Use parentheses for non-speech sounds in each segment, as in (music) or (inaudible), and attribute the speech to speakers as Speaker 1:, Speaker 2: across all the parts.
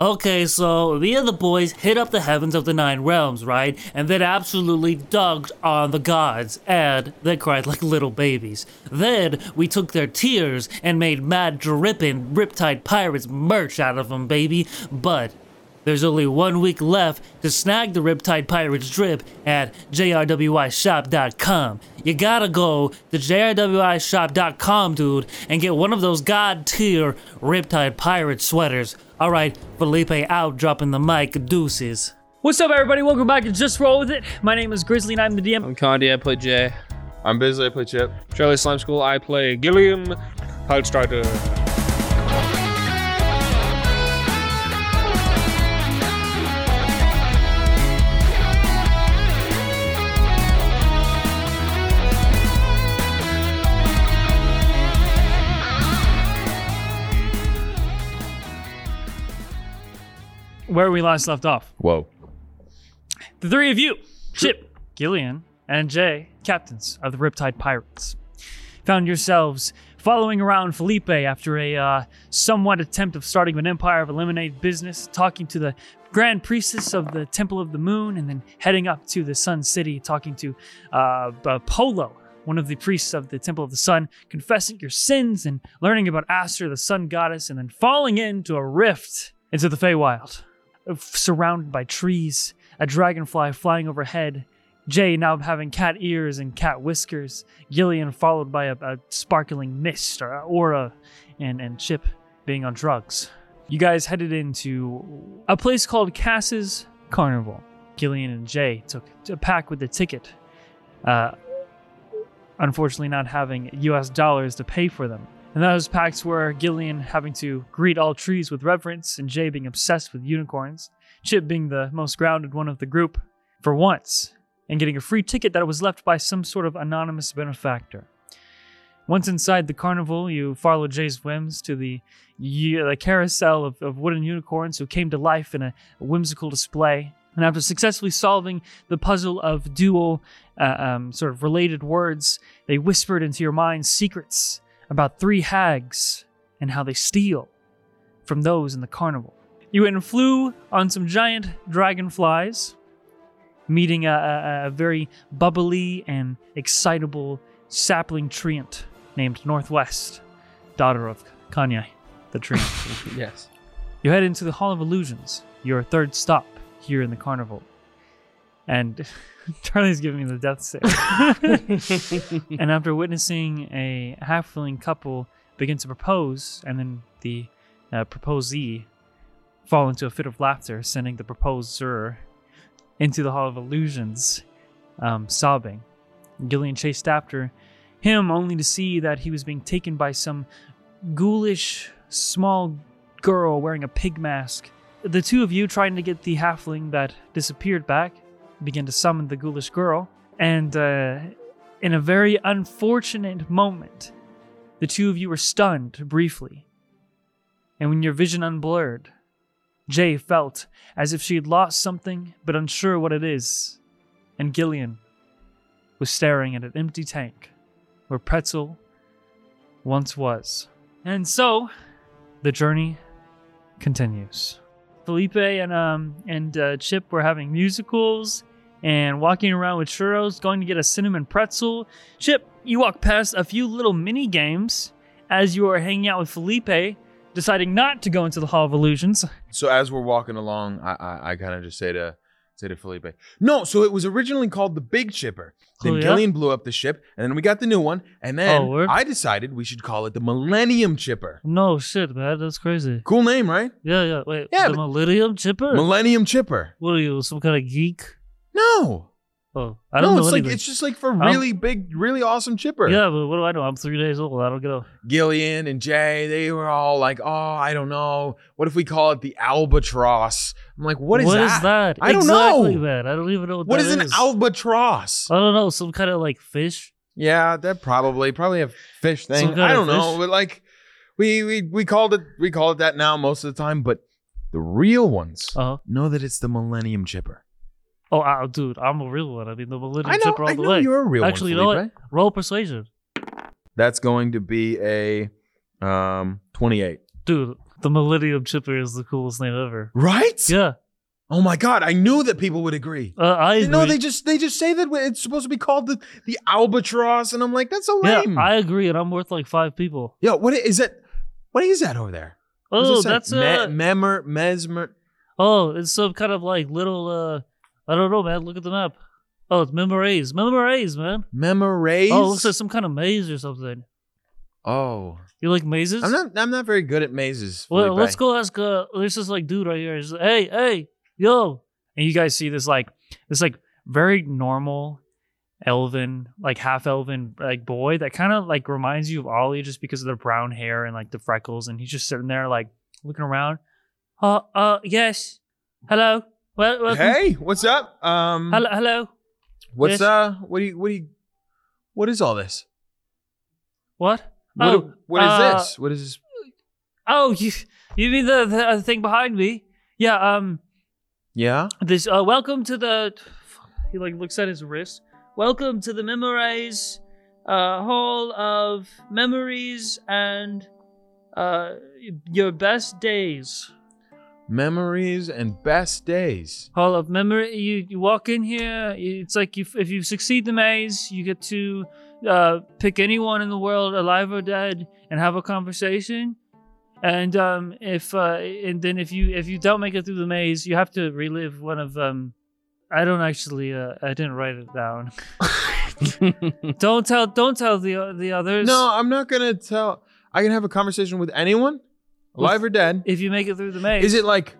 Speaker 1: Okay, so we and the boys hit up the heavens of the nine realms, right? And then absolutely dunked on the gods, and they cried like little babies. Then we took their tears and made mad dripping Riptide Pirates merch out of them, baby. But there's only one week left to snag the Riptide Pirates drip at jrwishop.com. You gotta go to jrwishop.com, dude, and get one of those god tier Riptide Pirate sweaters. Alright, Felipe out dropping the mic, deuces.
Speaker 2: What's up, everybody? Welcome back to Just Roll With It. My name is Grizzly, and I'm the DM.
Speaker 3: I'm Condi, I play Jay.
Speaker 4: I'm busy. I play Chip.
Speaker 3: Charlie Slime School, I play Gilliam Halstrider.
Speaker 2: Where we last left off,
Speaker 4: Whoa.
Speaker 2: the three of you, Chip, Gillian, and Jay, captains of the Riptide Pirates, found yourselves following around Felipe after a uh, somewhat attempt of starting an empire of eliminated business, talking to the Grand Priestess of the Temple of the Moon, and then heading up to the Sun City, talking to uh, B- Polo, one of the priests of the Temple of the Sun, confessing your sins and learning about Aster, the Sun Goddess, and then falling into a rift into the Feywild surrounded by trees, a dragonfly flying overhead, Jay now having cat ears and cat whiskers, Gillian followed by a, a sparkling mist or aura, and, and Chip being on drugs. You guys headed into a place called Cass's Carnival. Gillian and Jay took a pack with the ticket, uh, unfortunately, not having US dollars to pay for them. And those packs were Gillian having to greet all trees with reverence, and Jay being obsessed with unicorns, Chip being the most grounded one of the group for once, and getting a free ticket that was left by some sort of anonymous benefactor. Once inside the carnival, you follow Jay's whims to the, ye- the carousel of, of wooden unicorns who came to life in a whimsical display. And after successfully solving the puzzle of dual, uh, um, sort of related words, they whispered into your mind secrets about three hags and how they steal from those in the carnival. You went and flew on some giant dragonflies, meeting a, a, a very bubbly and excitable sapling treant named Northwest, daughter of Kanye, the treant.
Speaker 3: Yes.
Speaker 2: You head into the Hall of Illusions, your third stop here in the carnival. And (laughs) Charlie's giving me the death stare. and after witnessing a halfling couple begin to propose, and then the uh, proposee fall into a fit of laughter, sending the proposer into the Hall of Illusions, um, sobbing. Gillian chased after him, only to see that he was being taken by some ghoulish small girl wearing a pig mask. The two of you trying to get the halfling that disappeared back begin to summon the ghoulish girl, and uh, in a very unfortunate moment, the two of you were stunned briefly. And when your vision unblurred, Jay felt as if she had lost something but unsure what it is, and Gillian was staring at an empty tank where Pretzel once was. And so, the journey continues. Felipe and um and uh, Chip were having musicals and walking around with churros, going to get a cinnamon pretzel. Chip, you walk past a few little mini games as you are hanging out with Felipe, deciding not to go into the Hall of Illusions.
Speaker 4: So as we're walking along, I I, I kind of just say to say to Felipe, no. So it was originally called the Big Chipper. Then
Speaker 2: Oh, yeah?
Speaker 4: Gillian blew up the ship, and then we got the new one, and then
Speaker 2: Oh, word.
Speaker 4: I decided we should call it the Millennium Chipper.
Speaker 1: No shit, man, that's crazy.
Speaker 4: Cool name, right?
Speaker 1: Yeah, yeah, wait,
Speaker 4: Yeah,
Speaker 1: the
Speaker 4: but-
Speaker 1: Millennium Chipper?
Speaker 4: Millennium Chipper.
Speaker 1: what are you, some kind of geek?
Speaker 4: No,
Speaker 1: Oh, I don't
Speaker 4: no,
Speaker 1: know
Speaker 4: it's
Speaker 1: anything.
Speaker 4: like it's just like for
Speaker 1: don't-
Speaker 4: really big, really awesome chipper.
Speaker 1: yeah, but what do I know? I'm three days old. I don't get a.
Speaker 4: Gillian and Jay, they were all like, "Oh, I don't know. What if we call it the Albatross?" I'm like, "What is that?
Speaker 1: that?
Speaker 4: I don't
Speaker 1: exactly,
Speaker 4: know.
Speaker 1: man. I don't even know what,
Speaker 4: What
Speaker 1: that
Speaker 4: is an albatross?"
Speaker 1: I don't know, some kind of like fish.
Speaker 4: Yeah, that probably probably a fish
Speaker 1: Some
Speaker 4: thing.
Speaker 1: kind
Speaker 4: I
Speaker 1: of
Speaker 4: don't know,
Speaker 1: fish.
Speaker 4: but like we we we called it we call it that now most of the time, but the real ones
Speaker 1: Uh-huh.
Speaker 4: know that it's the Millennium Chipper.
Speaker 1: Oh, uh, dude, I'm a real one. I mean, the Millennium
Speaker 4: I know,
Speaker 1: Chipper all
Speaker 4: I
Speaker 1: the
Speaker 4: know
Speaker 1: way.
Speaker 4: you're a real
Speaker 1: Actually, you
Speaker 4: one.
Speaker 1: know
Speaker 4: Felipe.
Speaker 1: Roll persuasion,
Speaker 4: That's going to be a um 28.
Speaker 1: dude.
Speaker 2: The Millennium Chipper is the coolest name ever.
Speaker 1: Right?
Speaker 2: Yeah,
Speaker 1: Oh my god, I knew that people would agree.
Speaker 2: uh, I agree.
Speaker 1: No, they just they just say that it's supposed to be called the, the albatross, and I'm like, that's so
Speaker 2: yeah,
Speaker 1: lame.
Speaker 2: I agree, and I'm worth like five people.
Speaker 1: Yo, what i- is that? What is that over there? What does
Speaker 2: Oh,
Speaker 1: it say?
Speaker 2: that's
Speaker 1: Me-
Speaker 2: uh,
Speaker 1: memor mesmer.
Speaker 2: oh, it's some kind of like little uh, I don't know, man. Look at the map. Oh, it's memorays, memorays, man.
Speaker 1: Memoraze.
Speaker 2: Oh, it looks like some kind of maze or something.
Speaker 1: Oh.
Speaker 2: You like mazes?
Speaker 1: I'm not I'm not very good at mazes.
Speaker 2: Well,
Speaker 1: Felipe.
Speaker 2: let's go ask. Uh, there's this like dude right here. He's like, hey, hey, yo, and you guys see this like this like very normal elven, like half elven like boy that kind of like reminds you of Ollie just because of the brown hair and like the freckles, and he's just sitting there like looking around. Uh, uh, yes, hello, well, welcome.
Speaker 1: Hey, what's up? Um
Speaker 2: hello, hello,
Speaker 1: what's
Speaker 2: yes.
Speaker 1: uh what do you what do you what is all this?
Speaker 2: what?
Speaker 1: What,
Speaker 2: oh,
Speaker 1: what is
Speaker 2: uh,
Speaker 1: this? What is this?
Speaker 2: oh, you, you mean the the uh, thing behind me? Yeah, um,
Speaker 1: Yeah?
Speaker 2: This uh, welcome to the. He like looks at his wrist. Welcome to the memorize uh, hall of memories and uh, your best days.
Speaker 1: Memories and best days.
Speaker 2: Hall of memory. You, you walk in here. It's like you, if you succeed the maze, you get to uh, pick anyone in the world, alive or dead, and have a conversation. And um, if uh, and then if you if you don't make it through the maze, you have to relive one of um. I don't actually. Uh, I didn't write it down. (laughs) don't tell. Don't tell the uh, the others.
Speaker 1: No, I'm not gonna tell I can have a conversation with anyone, alive or dead.
Speaker 2: If you make it through the maze,
Speaker 1: Is it like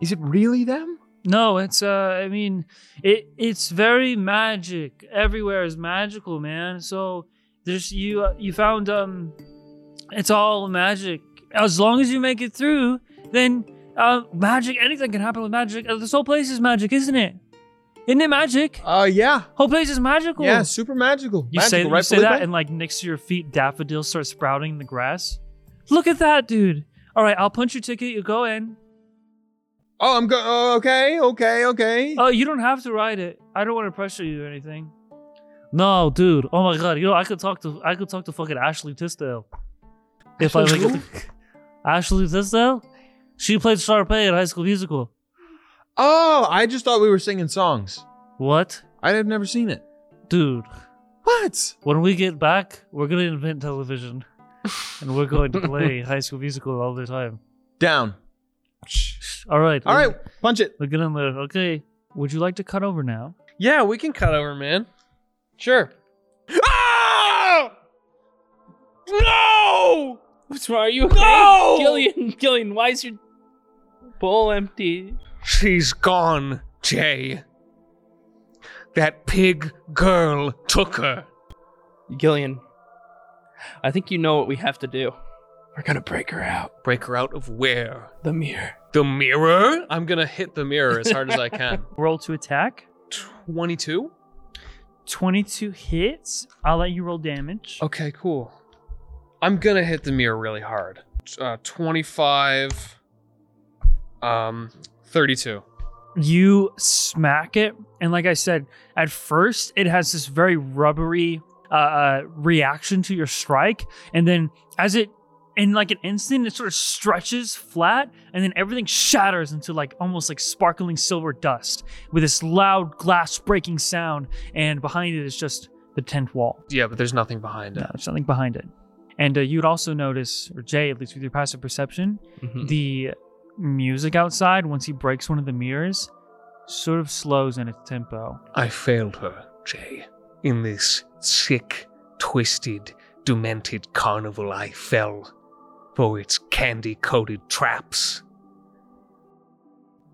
Speaker 1: Is it really them?
Speaker 2: No, it's uh I mean it it's very magic. Everywhere is magical, man. So there's you uh, you found um it's all magic. As long as you make it through, then uh magic anything can happen with magic. Uh, This whole place is magic, isn't it? Isn't it magic?
Speaker 1: Uh yeah.
Speaker 2: Whole place is magical.
Speaker 1: Yeah, super magical.
Speaker 2: You
Speaker 1: magical,
Speaker 2: say,
Speaker 1: right,
Speaker 2: you say
Speaker 1: Felipe?
Speaker 2: that, and like next to your feet, daffodils start sprouting in the grass. Look at that, dude. All right, I'll punch your ticket. You go in.
Speaker 1: Oh, I'm go. Oh, okay, okay, okay.
Speaker 2: Oh, you don't have to ride it. I don't want to pressure you or anything. No, dude. Oh my god. You know, I could talk to I could talk to fucking Ashley Tisdale. If I
Speaker 1: Ashley
Speaker 2: make it (laughs) Ashley Tisdale? She played Sharpay in High School Musical.
Speaker 1: oh, I just thought we were singing songs.
Speaker 2: What?
Speaker 1: I have never seen it.
Speaker 2: Dude,
Speaker 1: What?
Speaker 2: when we get back, we're gonna invent
Speaker 1: (laughs)
Speaker 2: television. and we're going to play High School Musical all the time.
Speaker 1: Down.
Speaker 2: All right.
Speaker 1: All
Speaker 2: we're-
Speaker 1: right, punch it.
Speaker 2: We're getting there. Okay. Would you like to cut over now?
Speaker 5: Yeah, we can cut over, man. Sure.
Speaker 6: Ah!
Speaker 5: No!
Speaker 6: What's wrong? Are you okay?
Speaker 5: No!
Speaker 6: Gillian, Gillian, why is your bowl empty?
Speaker 5: She's gone, Jay. That pig girl took her.
Speaker 6: Gillian, I think you know what we have to do. We're gonna break her out.
Speaker 5: Break her out of where?
Speaker 6: The mirror.
Speaker 5: The mirror? I'm gonna hit the mirror as hard as I can.
Speaker 2: (laughs) Roll to attack.
Speaker 5: 22?
Speaker 2: 22 hits. I'll let you roll damage.
Speaker 5: Okay, cool. I'm gonna hit the mirror really hard. Uh, 25, um, 32.
Speaker 2: you smack it and like i said at first it has this very rubbery uh, uh reaction to your strike and then as it in like an instant it sort of stretches flat and then everything shatters into like almost like sparkling silver dust with this loud glass breaking sound and behind it is just the tent wall
Speaker 5: Yeah, but there's nothing behind it.
Speaker 2: no, there's nothing behind it and uh, you'd also notice or jay at least with your passive perception the music outside once he breaks one of the mirrors sort of slows in its (sighs) tempo
Speaker 5: I failed her, Jay. In this sick, twisted, demented carnival, I fell for its candy coated traps.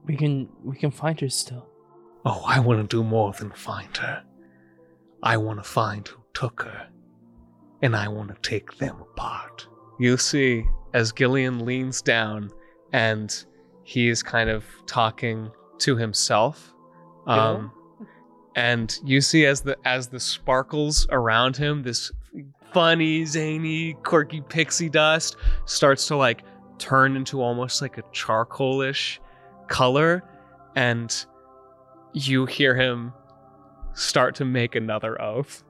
Speaker 6: We can we can find her still.
Speaker 5: Oh, I want to do more than find her. I want to find who took her, and I want to take them apart. You see, as Gillian leans down and he is kind of talking to himself, um, and you see as the as the sparkles around him, this funny, zany, quirky pixie dust starts to like turn into almost like a charcoalish color, and you hear him start to make another oath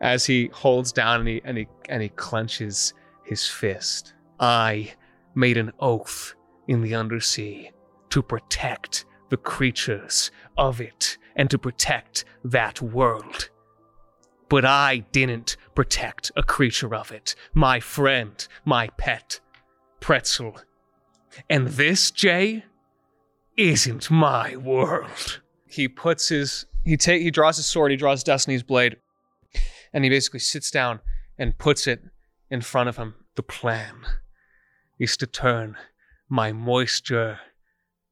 Speaker 5: as he holds down and he and he and he clenches
Speaker 3: his fist. I made an oath in the undersea to protect the creatures of it and to protect that world. But I didn't protect a creature of it. My friend, my pet, Pretzel. And this, Jay, isn't my world.
Speaker 5: he puts his he take he draws his sword, he draws Destiny's blade,
Speaker 3: and he basically sits down and puts it in front of him. The plan is to turn my moisture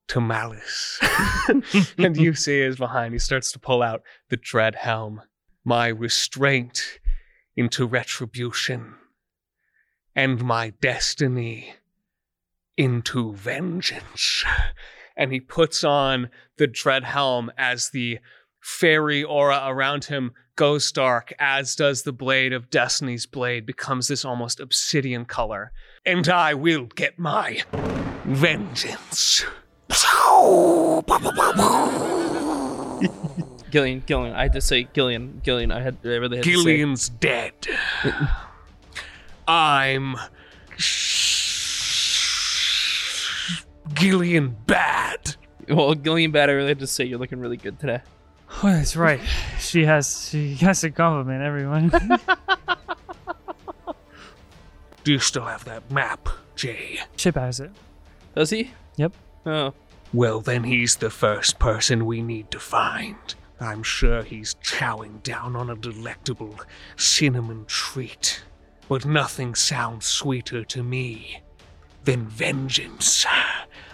Speaker 3: to malice. (laughs) and you see is behind. He starts to pull out the dread helm, my restraint into retribution, and my destiny into vengeance.
Speaker 5: and he puts on the dread helm as the fairy aura around him goes dark, as does the blade of Destiny's blade becomes this almost obsidian color.
Speaker 3: and I will get my vengeance.
Speaker 6: Gillian, Gillian, I had to say Gillian, Gillian. I had, I really had
Speaker 3: Gillian's dead. I'm Gillian bad.
Speaker 6: to say. Well, Gillian, bad. I really had to say you're looking really good today.
Speaker 2: Oh, that's right. (sighs) She has she has to compliment (laughs) everyone.
Speaker 3: Do you still have that map, Jay?
Speaker 2: Chip has it.
Speaker 6: Does he?
Speaker 2: Yep.
Speaker 6: Oh,
Speaker 3: Well, then he's the first person we need to find. I'm sure he's chowing down on a delectable cinnamon treat, but nothing sounds sweeter to me than vengeance.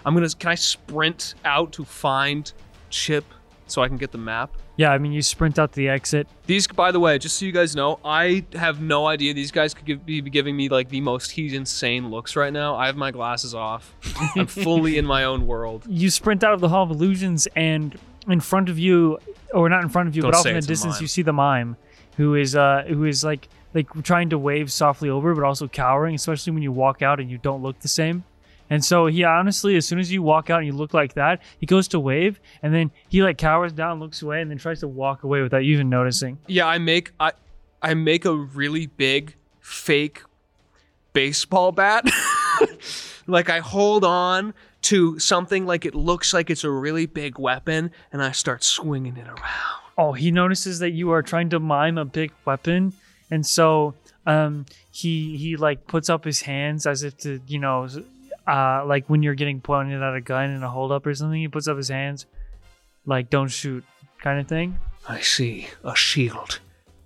Speaker 5: I'm gonna can I sprint out to find Chip so I can get the map?
Speaker 2: Yeah, I mean you sprint out the exit.
Speaker 5: These, by the way, just so you guys know, I have no idea. These guys could give, be giving me like the most he's insane looks right now. I have my glasses off. I'm fully in my own world.
Speaker 2: You sprint out of the Hall of Illusions and in front of you or not in front of you,
Speaker 5: Don't
Speaker 2: but off
Speaker 5: say
Speaker 2: in the
Speaker 5: it's a
Speaker 2: distance
Speaker 5: mime.
Speaker 2: you see the mime who is uh who is like like trying to wave softly over but also cowering, especially when you walk out and you don't look the same. And so he honestly, as soon as you walk out and you look like that, he goes to wave and then he like cowers down, looks away, and then tries to walk away without you even noticing.
Speaker 5: Yeah, I make I, I make a really big fake baseball bat. (laughs) like I hold on to something like it looks like it's a really big weapon, and I start swinging it around.
Speaker 2: Oh, he notices that you are trying to mime a big weapon, and so um, he he like puts up his hands as if to you know, s- uh, like when you're getting pointed at a gun in a holdup or something. He puts up his hands, like don't shoot, kind of thing.
Speaker 3: I see a shield.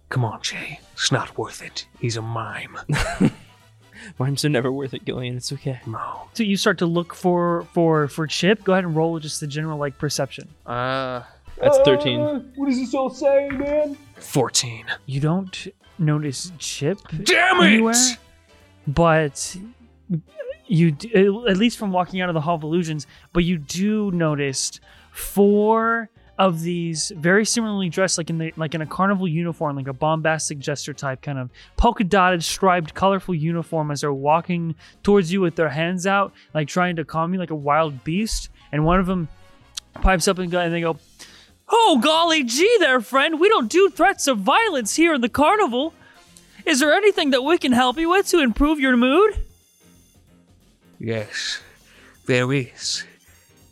Speaker 3: Come on, Jay. It's not worth it. He's a mime.
Speaker 5: (laughs)
Speaker 6: mimes are never worth it, Gillian. It's okay.
Speaker 3: No.
Speaker 2: So you start to look for for for Chip. Go ahead and roll just the general like perception.
Speaker 6: (laughs)
Speaker 5: Uh,
Speaker 6: That's thirteen.
Speaker 3: Uh, what does this all say, man? 14.
Speaker 2: You don't notice Chip
Speaker 3: Damn
Speaker 2: anywhere,
Speaker 3: it!
Speaker 2: but you d- uh, at least from walking out of the Hall of Illusions, but you do notice four of these very similarly dressed, like in the like in a carnival uniform, like a bombastic jester type kind of polka dotted, striped, colorful uniform as they're walking towards you with their hands out, like trying to calm you like a wild beast. And one of them pipes up and, go, and they go, "Oh golly gee, there, friend! We don't do threats of violence here in the carnival." Is there anything that we can help you with to improve your mood?
Speaker 3: Yes, there is.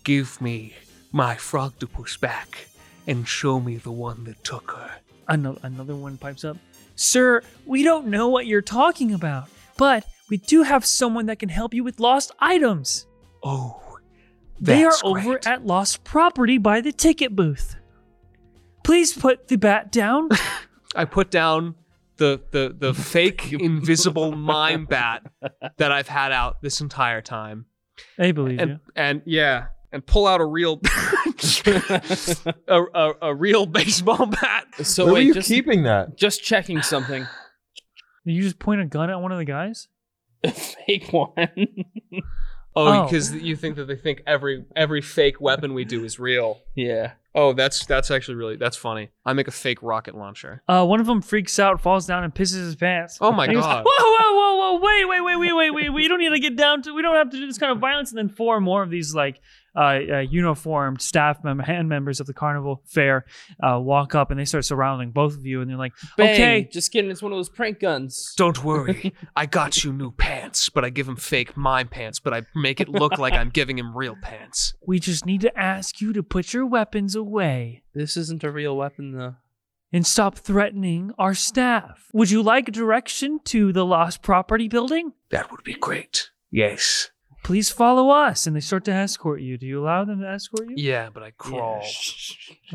Speaker 3: Give me my frogdopus back and show me the one that took her.
Speaker 2: Another, another one pipes up. Sir, we don't know what you're talking about, but we do have someone that can help you with lost items.
Speaker 3: Oh,
Speaker 2: they are
Speaker 3: that's
Speaker 2: over
Speaker 3: great.
Speaker 2: at Lost Property by the ticket booth. Please put the bat down.
Speaker 5: I put down the the the fake invisible mime bat that I've had out this entire time,
Speaker 2: I believe
Speaker 5: and and yeah, and pull out a real (laughs) a, a a real baseball (laughs) bat.
Speaker 6: So
Speaker 4: Where were
Speaker 6: wait,
Speaker 4: you
Speaker 6: just
Speaker 4: keeping that?
Speaker 6: just checking something.
Speaker 2: you. You just point a gun at one of the guys?
Speaker 6: A (laughs) fake one.
Speaker 5: Oh,
Speaker 2: Oh.
Speaker 5: because you think that they think every every fake weapon we do is real.
Speaker 6: yeah.
Speaker 5: Oh, that's that's actually really that's funny. I make a fake rocket launcher.
Speaker 2: Uh, one of them freaks out, falls down, and pisses his pants.
Speaker 5: Oh my
Speaker 2: And he goes,
Speaker 5: god.
Speaker 2: whoa, whoa, whoa, whoa, wait, wait, wait, wait, wait, wait. We don't need to get down to. We don't have to do this kind of violence. And then four more of these like uh, uh, uniformed staff mem- hand members of the carnival fair uh, walk up and they start surrounding both of you. And they're like,
Speaker 6: Bang,
Speaker 2: okay,
Speaker 6: just kidding. It's one of those prank guns.
Speaker 5: Don't worry, I got you new pants, but I give him fake mime pants, but I make it look like I'm giving him real pants.
Speaker 2: we just need to ask you to put your weapons away
Speaker 6: This isn't a real weapon, though.
Speaker 2: and stop threatening our staff. Would you like direction to the lost property building?
Speaker 5: That would be great. Yes.
Speaker 2: Please follow us. And they start to escort you. Do you allow them to escort you?
Speaker 5: Yeah, but I crawl.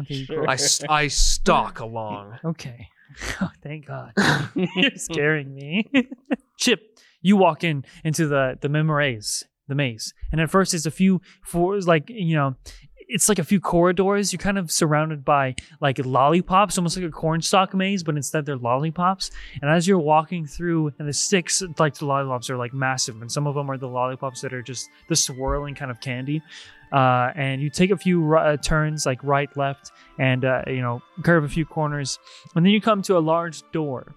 Speaker 2: Okay, you
Speaker 5: I, s- I stalk along.
Speaker 2: Okay. (laughs) Oh, thank God. You're scaring me. (laughs) Chip, you walk in into the the memories, the maze. And at first it's a few floors like, you know, it's like a few corridors. You're kind of surrounded by like lollipops, almost like a cornstalk maze, but instead they're lollipops. And as you're walking through, and the sticks, like the lollipops, are like massive, and some of them are the lollipops that are just the swirling kind of candy. Uh, and you take a few ri- uh, turns, like right, left, and uh, you know, curve a few corners, and then you come to a large door,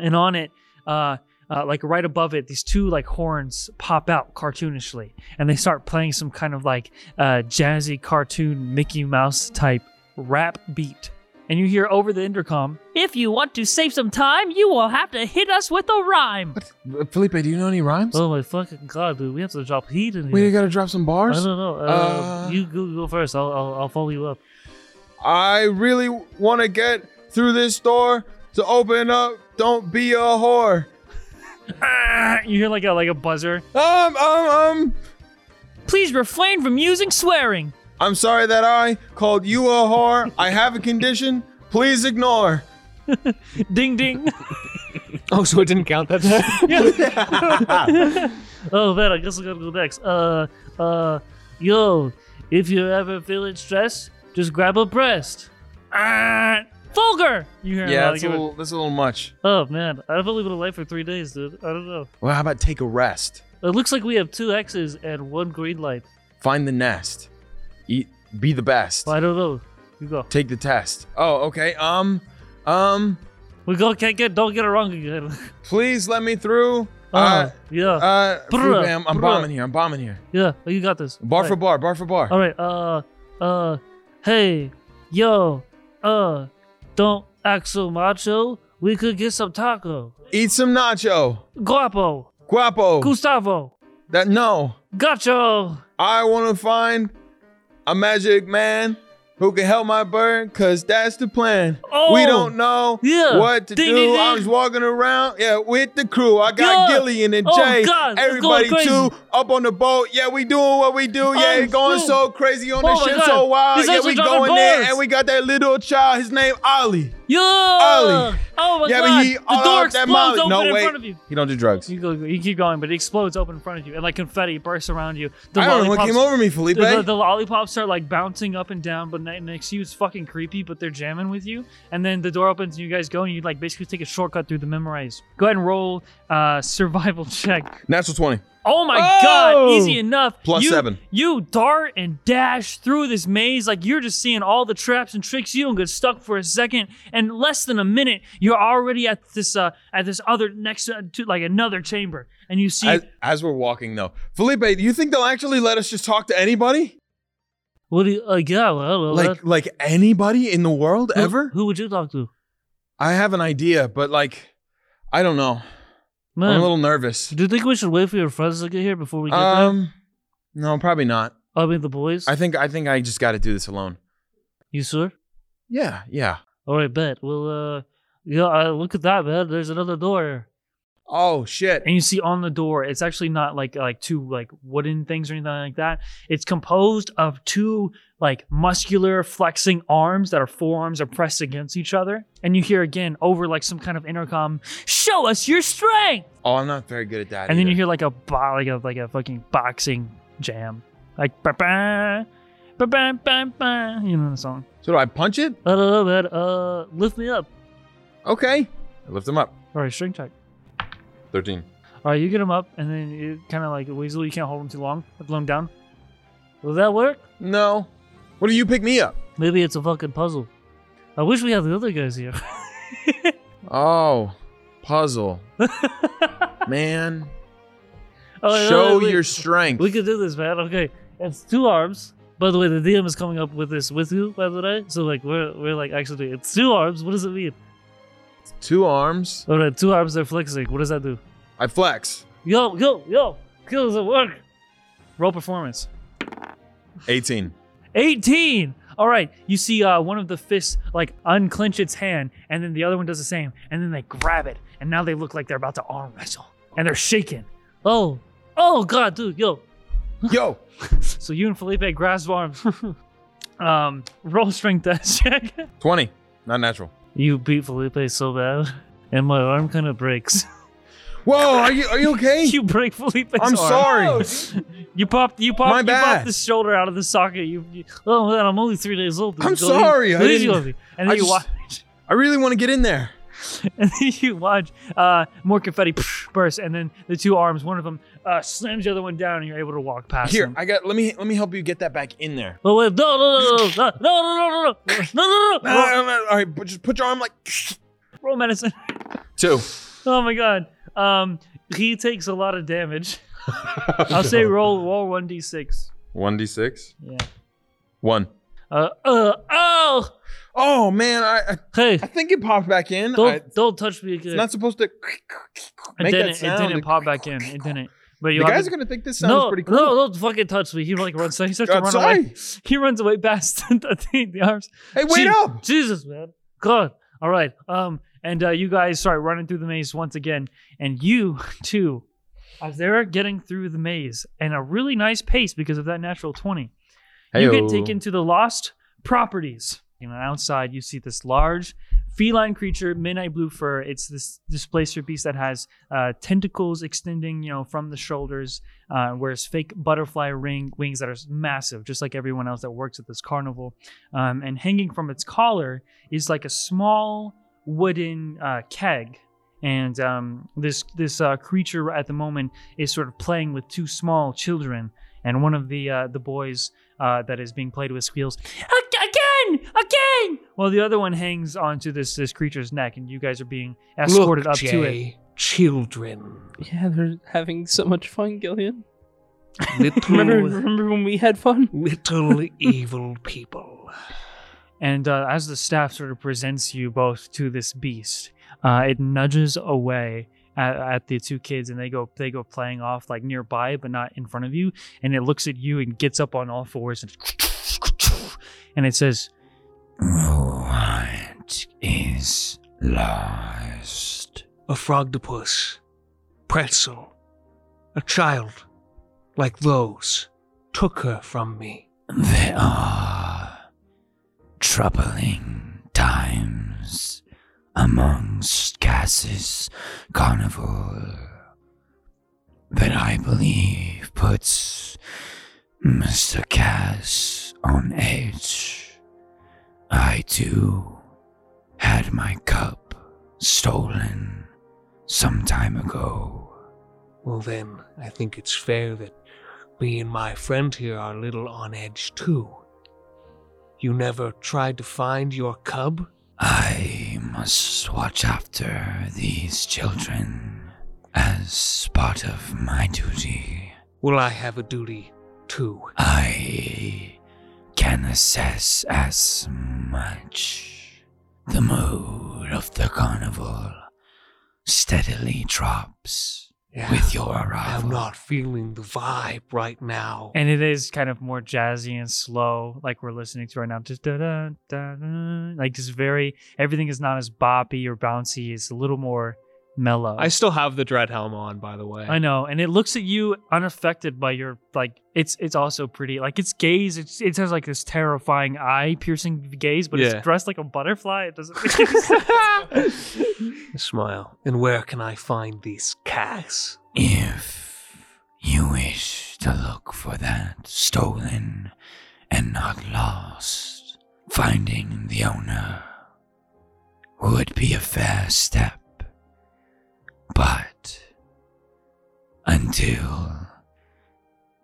Speaker 2: and on it, uh, uh, like right above it, these two like horns pop out cartoonishly, and they start playing some kind of like uh, jazzy cartoon Mickey Mouse type rap beat. And you hear over the intercom, "If you want to save some time, you will have to hit us with a rhyme."
Speaker 4: Uh, Felipe, do you know any rhymes?
Speaker 1: Oh my fucking god, dude! We have to drop heat in
Speaker 4: We
Speaker 1: here.
Speaker 4: gotta drop some
Speaker 1: I
Speaker 4: bars.
Speaker 1: don't know. Uh,
Speaker 4: Uh,
Speaker 1: you go, go first. I'll, I'll I'll follow you up.
Speaker 4: I really
Speaker 1: (laughs)
Speaker 4: want to get through this door to open up. Don't be a whore.
Speaker 2: (laughs) You hear like a like a buzzer.
Speaker 4: Um, um, um.
Speaker 2: Please refrain from using swearing.
Speaker 4: I'm sorry that I called you a whore. I have a condition. Please ignore.
Speaker 2: (laughs) Ding ding.
Speaker 5: (laughs)
Speaker 3: Oh, so it didn't count that time?
Speaker 1: (laughs) Oh man, I guess I gotta go next. Uh, uh, yo, if you're ever feeling stressed, just grab a breast.
Speaker 2: Ah, vulgar. You hear
Speaker 4: (laughs) Yeah,
Speaker 2: like,
Speaker 4: that's a little, that's a little much.
Speaker 1: Oh man, I've only been alive for three days, dude. I don't know.
Speaker 4: Well, how about take a rest?
Speaker 1: It looks like we have two X's and one green light.
Speaker 4: Find the nest. Eat. Be the best.
Speaker 1: Well, I don't know. You go.
Speaker 4: Take the test. Oh, okay. Um, um.
Speaker 1: We go. Can't get. Don't get it wrong again. (laughs)
Speaker 4: Please let me through.
Speaker 1: Uh,
Speaker 4: Uh,
Speaker 1: yeah,
Speaker 4: uh.
Speaker 1: bruh,
Speaker 4: Felipe, I'm, I'm
Speaker 1: bruh.
Speaker 4: bombing here. I'm bombing here.
Speaker 1: yeah. oh, You got this.
Speaker 4: Bar
Speaker 1: Right.
Speaker 4: for bar. Bar for bar.
Speaker 1: All right. Uh, uh, hey, yo, uh, don't act so macho. We could get some taco.
Speaker 4: Eat some nacho.
Speaker 1: Guapo,
Speaker 4: Guapo.
Speaker 1: Gustavo,
Speaker 4: That no.
Speaker 1: Gacho.
Speaker 4: I want to find a magic man who can help my bird, cause that's the plan.
Speaker 1: Oh.
Speaker 4: we don't know
Speaker 1: Yeah.
Speaker 4: what to
Speaker 1: Ding,
Speaker 4: do.
Speaker 1: ding,
Speaker 4: I
Speaker 1: ding.
Speaker 4: was walking around, yeah, with the crew. I got
Speaker 1: Yeah.
Speaker 4: Gillian and
Speaker 1: Oh,
Speaker 4: Jay,
Speaker 1: God, it's going
Speaker 4: everybody too,
Speaker 1: crazy.
Speaker 4: up on the boat. Yeah, we doing what we do. Yeah,
Speaker 1: Oh,
Speaker 4: it going
Speaker 1: shoot.
Speaker 4: so crazy on
Speaker 1: Oh,
Speaker 4: this
Speaker 1: my
Speaker 4: shit
Speaker 1: God.
Speaker 4: so wild.
Speaker 1: These
Speaker 4: Yeah,
Speaker 1: guys
Speaker 4: we
Speaker 1: are dropping
Speaker 4: going there,
Speaker 1: bars.
Speaker 4: and we got that little child. His name Ollie.
Speaker 1: Yo!
Speaker 4: Ollie.
Speaker 1: Oh my
Speaker 4: Yeah, but
Speaker 1: god!
Speaker 4: he-
Speaker 1: the door
Speaker 4: oh, that
Speaker 1: explodes
Speaker 4: Molly-
Speaker 1: open
Speaker 4: no,
Speaker 1: in
Speaker 4: wait.
Speaker 1: front of you.
Speaker 4: He don't do drugs.
Speaker 1: You, go, you keep going, but it explodes open in front of you, and like confetti bursts around you. The
Speaker 4: I don't know what
Speaker 1: lollipops-
Speaker 4: came over me, Felipe.
Speaker 1: The, the, the lollipops are like bouncing up and down, but ne- next to you it's fucking creepy, but they're jamming with you. And then the door opens and you guys go and you like basically take a shortcut through the memorize. Go ahead and roll uh (laughs) survival check.
Speaker 4: Natural twenty
Speaker 1: Oh my
Speaker 2: Oh!
Speaker 1: god, easy enough.
Speaker 4: Plus
Speaker 1: you,
Speaker 4: seven.
Speaker 1: You dart and dash through this maze like you're just seeing all the traps and tricks. You don't get stuck for a second, and less than a minute, you're already at this uh at this other next uh, to like another chamber, and you see.
Speaker 4: As, as we're walking though, Felipe, do you think they'll actually let us just talk to anybody?
Speaker 1: what do you? Uh, yeah, well, I don't know.
Speaker 4: Like like anybody in the world
Speaker 1: Who-
Speaker 4: ever?
Speaker 1: Who would you talk to?
Speaker 4: I have an idea, but like, I don't know. I'm
Speaker 1: Man,
Speaker 4: a little nervous.
Speaker 1: do you think we should wait for your friends to get here before we get
Speaker 4: Um, no, probably not.
Speaker 1: there? I mean, the boys.
Speaker 4: I think I think I just got to do this alone.
Speaker 1: you sure?
Speaker 4: Yeah, yeah.
Speaker 1: All right, bet. Well, uh, yeah. Uh, look at that, man. There's another door.
Speaker 4: Oh shit!
Speaker 2: and you see on the door it's actually not like like two like wooden things or anything like that it's composed of two like muscular flexing arms that are forearms are pressed against each other and you hear again over like some kind of intercom
Speaker 1: Show us your strength.
Speaker 4: Oh, I'm not very good at that.
Speaker 2: and then you
Speaker 4: either.
Speaker 2: hear like a bo- like a like a fucking boxing jam like ba ba ba ba ba ba you know the song
Speaker 4: So do I punch it?
Speaker 1: I don't know, man. Uh, lift me up.
Speaker 4: Okay. I lift him up.
Speaker 2: all right string check
Speaker 4: Thirteen.
Speaker 2: all right you get him up and then you kind of like weasel you can't hold him too long have to let him down
Speaker 1: Will that work?
Speaker 4: No. What do you pick me up?
Speaker 1: Maybe (laughs) it's a fucking puzzle. I wish we had the other guys here.
Speaker 4: Oh,
Speaker 1: (laughs)
Speaker 4: puzzle. Man,
Speaker 1: Oh, wait,
Speaker 4: show
Speaker 1: wait, wait.
Speaker 4: your strength.
Speaker 1: We can do this, man. Okay, it's two arms. By the way, the DM is coming up with this with you, by the way. So like we're we're like actually it's two arms. What does it mean?
Speaker 4: Two arms.
Speaker 1: All right, two arms. They're flexing. What does that do?
Speaker 4: I flex.
Speaker 1: Yo, yo, yo! Skills at work.
Speaker 2: Roll performance.
Speaker 4: 18.
Speaker 2: 18 all right you see uh, one of the fists like unclench its hand and then the other one does the same and then they grab it and now they look like they're about to arm wrestle and they're shaking
Speaker 1: Oh, oh god, dude,
Speaker 2: (laughs)
Speaker 1: yo.
Speaker 4: Yo,
Speaker 2: so you and felipe grasp arms (laughs) um roll strength test (laughs) check
Speaker 4: 20. Not natural.
Speaker 1: You beat Felipe so bad, and my arm kind of breaks.
Speaker 4: Whoa, are you are you okay?
Speaker 2: you break felipe's
Speaker 4: I'm
Speaker 2: arm.
Speaker 4: sorry.
Speaker 2: you popped you popped
Speaker 4: My
Speaker 2: you
Speaker 4: bad.
Speaker 2: popped the shoulder out of the socket you, you- oh man i'm only three days old
Speaker 4: I'm
Speaker 2: Go,
Speaker 4: sorry, I
Speaker 2: what did you
Speaker 4: didn't-
Speaker 2: want me? and then
Speaker 4: I
Speaker 2: you
Speaker 4: just-
Speaker 2: watch
Speaker 4: I really want to get in there.
Speaker 2: and then you watch uh, more confetti burst, and then the two arms, one of them uh, slams the other one down, and you're able to walk past
Speaker 4: Here,
Speaker 2: them.
Speaker 4: I got let me let me help you get that back in there.
Speaker 1: Oh wait, no, no, no, no, no, no, no, no, no, no, no,
Speaker 4: No,
Speaker 1: no, no.
Speaker 4: no, no, all right, but just put your arm like
Speaker 2: Roll medicine.
Speaker 4: two.
Speaker 2: Oh my god. Um, he takes a lot
Speaker 4: (laughs)
Speaker 2: of damage. I'll say roll roll one d six.
Speaker 4: One d six.
Speaker 2: Yeah.
Speaker 4: One.
Speaker 2: Uh, uh, oh,
Speaker 4: Oh man, I I-
Speaker 1: Hey,
Speaker 4: I think it popped back in.
Speaker 1: don't
Speaker 4: I-
Speaker 1: don't touch me
Speaker 4: it's
Speaker 1: again.
Speaker 4: not supposed to
Speaker 2: it
Speaker 4: make
Speaker 2: didn't.
Speaker 4: that sound.
Speaker 2: It didn't pop back in. It didn't. But
Speaker 4: The
Speaker 2: you
Speaker 4: guys are
Speaker 2: have
Speaker 4: gonna think this
Speaker 2: to-
Speaker 4: sounds
Speaker 2: no,
Speaker 4: pretty cool.
Speaker 2: no, don't fucking touch me. He like runs. He starts to
Speaker 4: God,
Speaker 2: run away.
Speaker 4: sorry.
Speaker 2: He runs away past (laughs) the, thing, the arms.
Speaker 4: (laughs) Hey, wait
Speaker 2: Jesus,
Speaker 4: up!
Speaker 2: Jesus, man. God. All right. Um, and uh, you guys start running through the maze once again, and you (laughs) too, as they're getting through the maze in a really nice pace because of that natural twenty. You get taken to the lost properties. You know, outside you see this large feline creature, midnight blue fur. It's this displacer beast that has uh, tentacles extending, you know, from the shoulders, uh, wears fake butterfly ring wings that are massive, just like everyone else that works at this carnival. Um, and hanging from its collar is like a small wooden uh, keg. And um, this this uh, creature at the moment is sort of playing with two small children, and one of the uh, the boys uh, that is being played with squeals "Ag- again, again. While the other one hangs onto this this creature's neck, and you guys are being escorted up to it.
Speaker 5: Children.
Speaker 6: Yeah, they're having so much fun, Gillian. Remember,
Speaker 5: Little,
Speaker 6: remember when we had fun?
Speaker 5: little evil people.
Speaker 2: And uh, as the staff sort of presents you both to this beast, uh, it nudges away at, at the two kids, and they go they go playing off like nearby, but not in front of you. And it looks at you and gets up on all fours and and it says,
Speaker 7: What is lost?
Speaker 5: A frogdopus. Pretzel. A child. Like those. Took her from me.
Speaker 7: There are troubling times amongst Cass's carnival that I believe puts Mr. Cass on edge. I too had my cup stolen some time ago.
Speaker 5: Well, then, I think it's fair that me and my friend here are a little on edge, too. You never tried to find your cub?
Speaker 7: I must watch after these children as part of my duty.
Speaker 5: Well, I have a duty, too.
Speaker 7: I can assess as much. The mood of the carnival steadily drops
Speaker 5: Yeah.
Speaker 7: with your arrival.
Speaker 5: I'm not feeling the vibe right now.
Speaker 2: and it is kind of more jazzy and slow, like we're listening to right now. Just da da da da, like just very everything is not as boppy or bouncy. It's a little more mellow.
Speaker 3: I still have the dread helm on, by the way.
Speaker 2: I know, and it looks at you unaffected by your like. It's it's also pretty like its gaze. It's, it has like this terrifying eye piercing gaze, but
Speaker 3: Yeah.
Speaker 2: it's dressed like a butterfly. It doesn't. Make any sense.
Speaker 5: Smile. And where can I find these cats?
Speaker 7: If you wish to look for that stolen and not lost, finding the owner would be a fair step. But until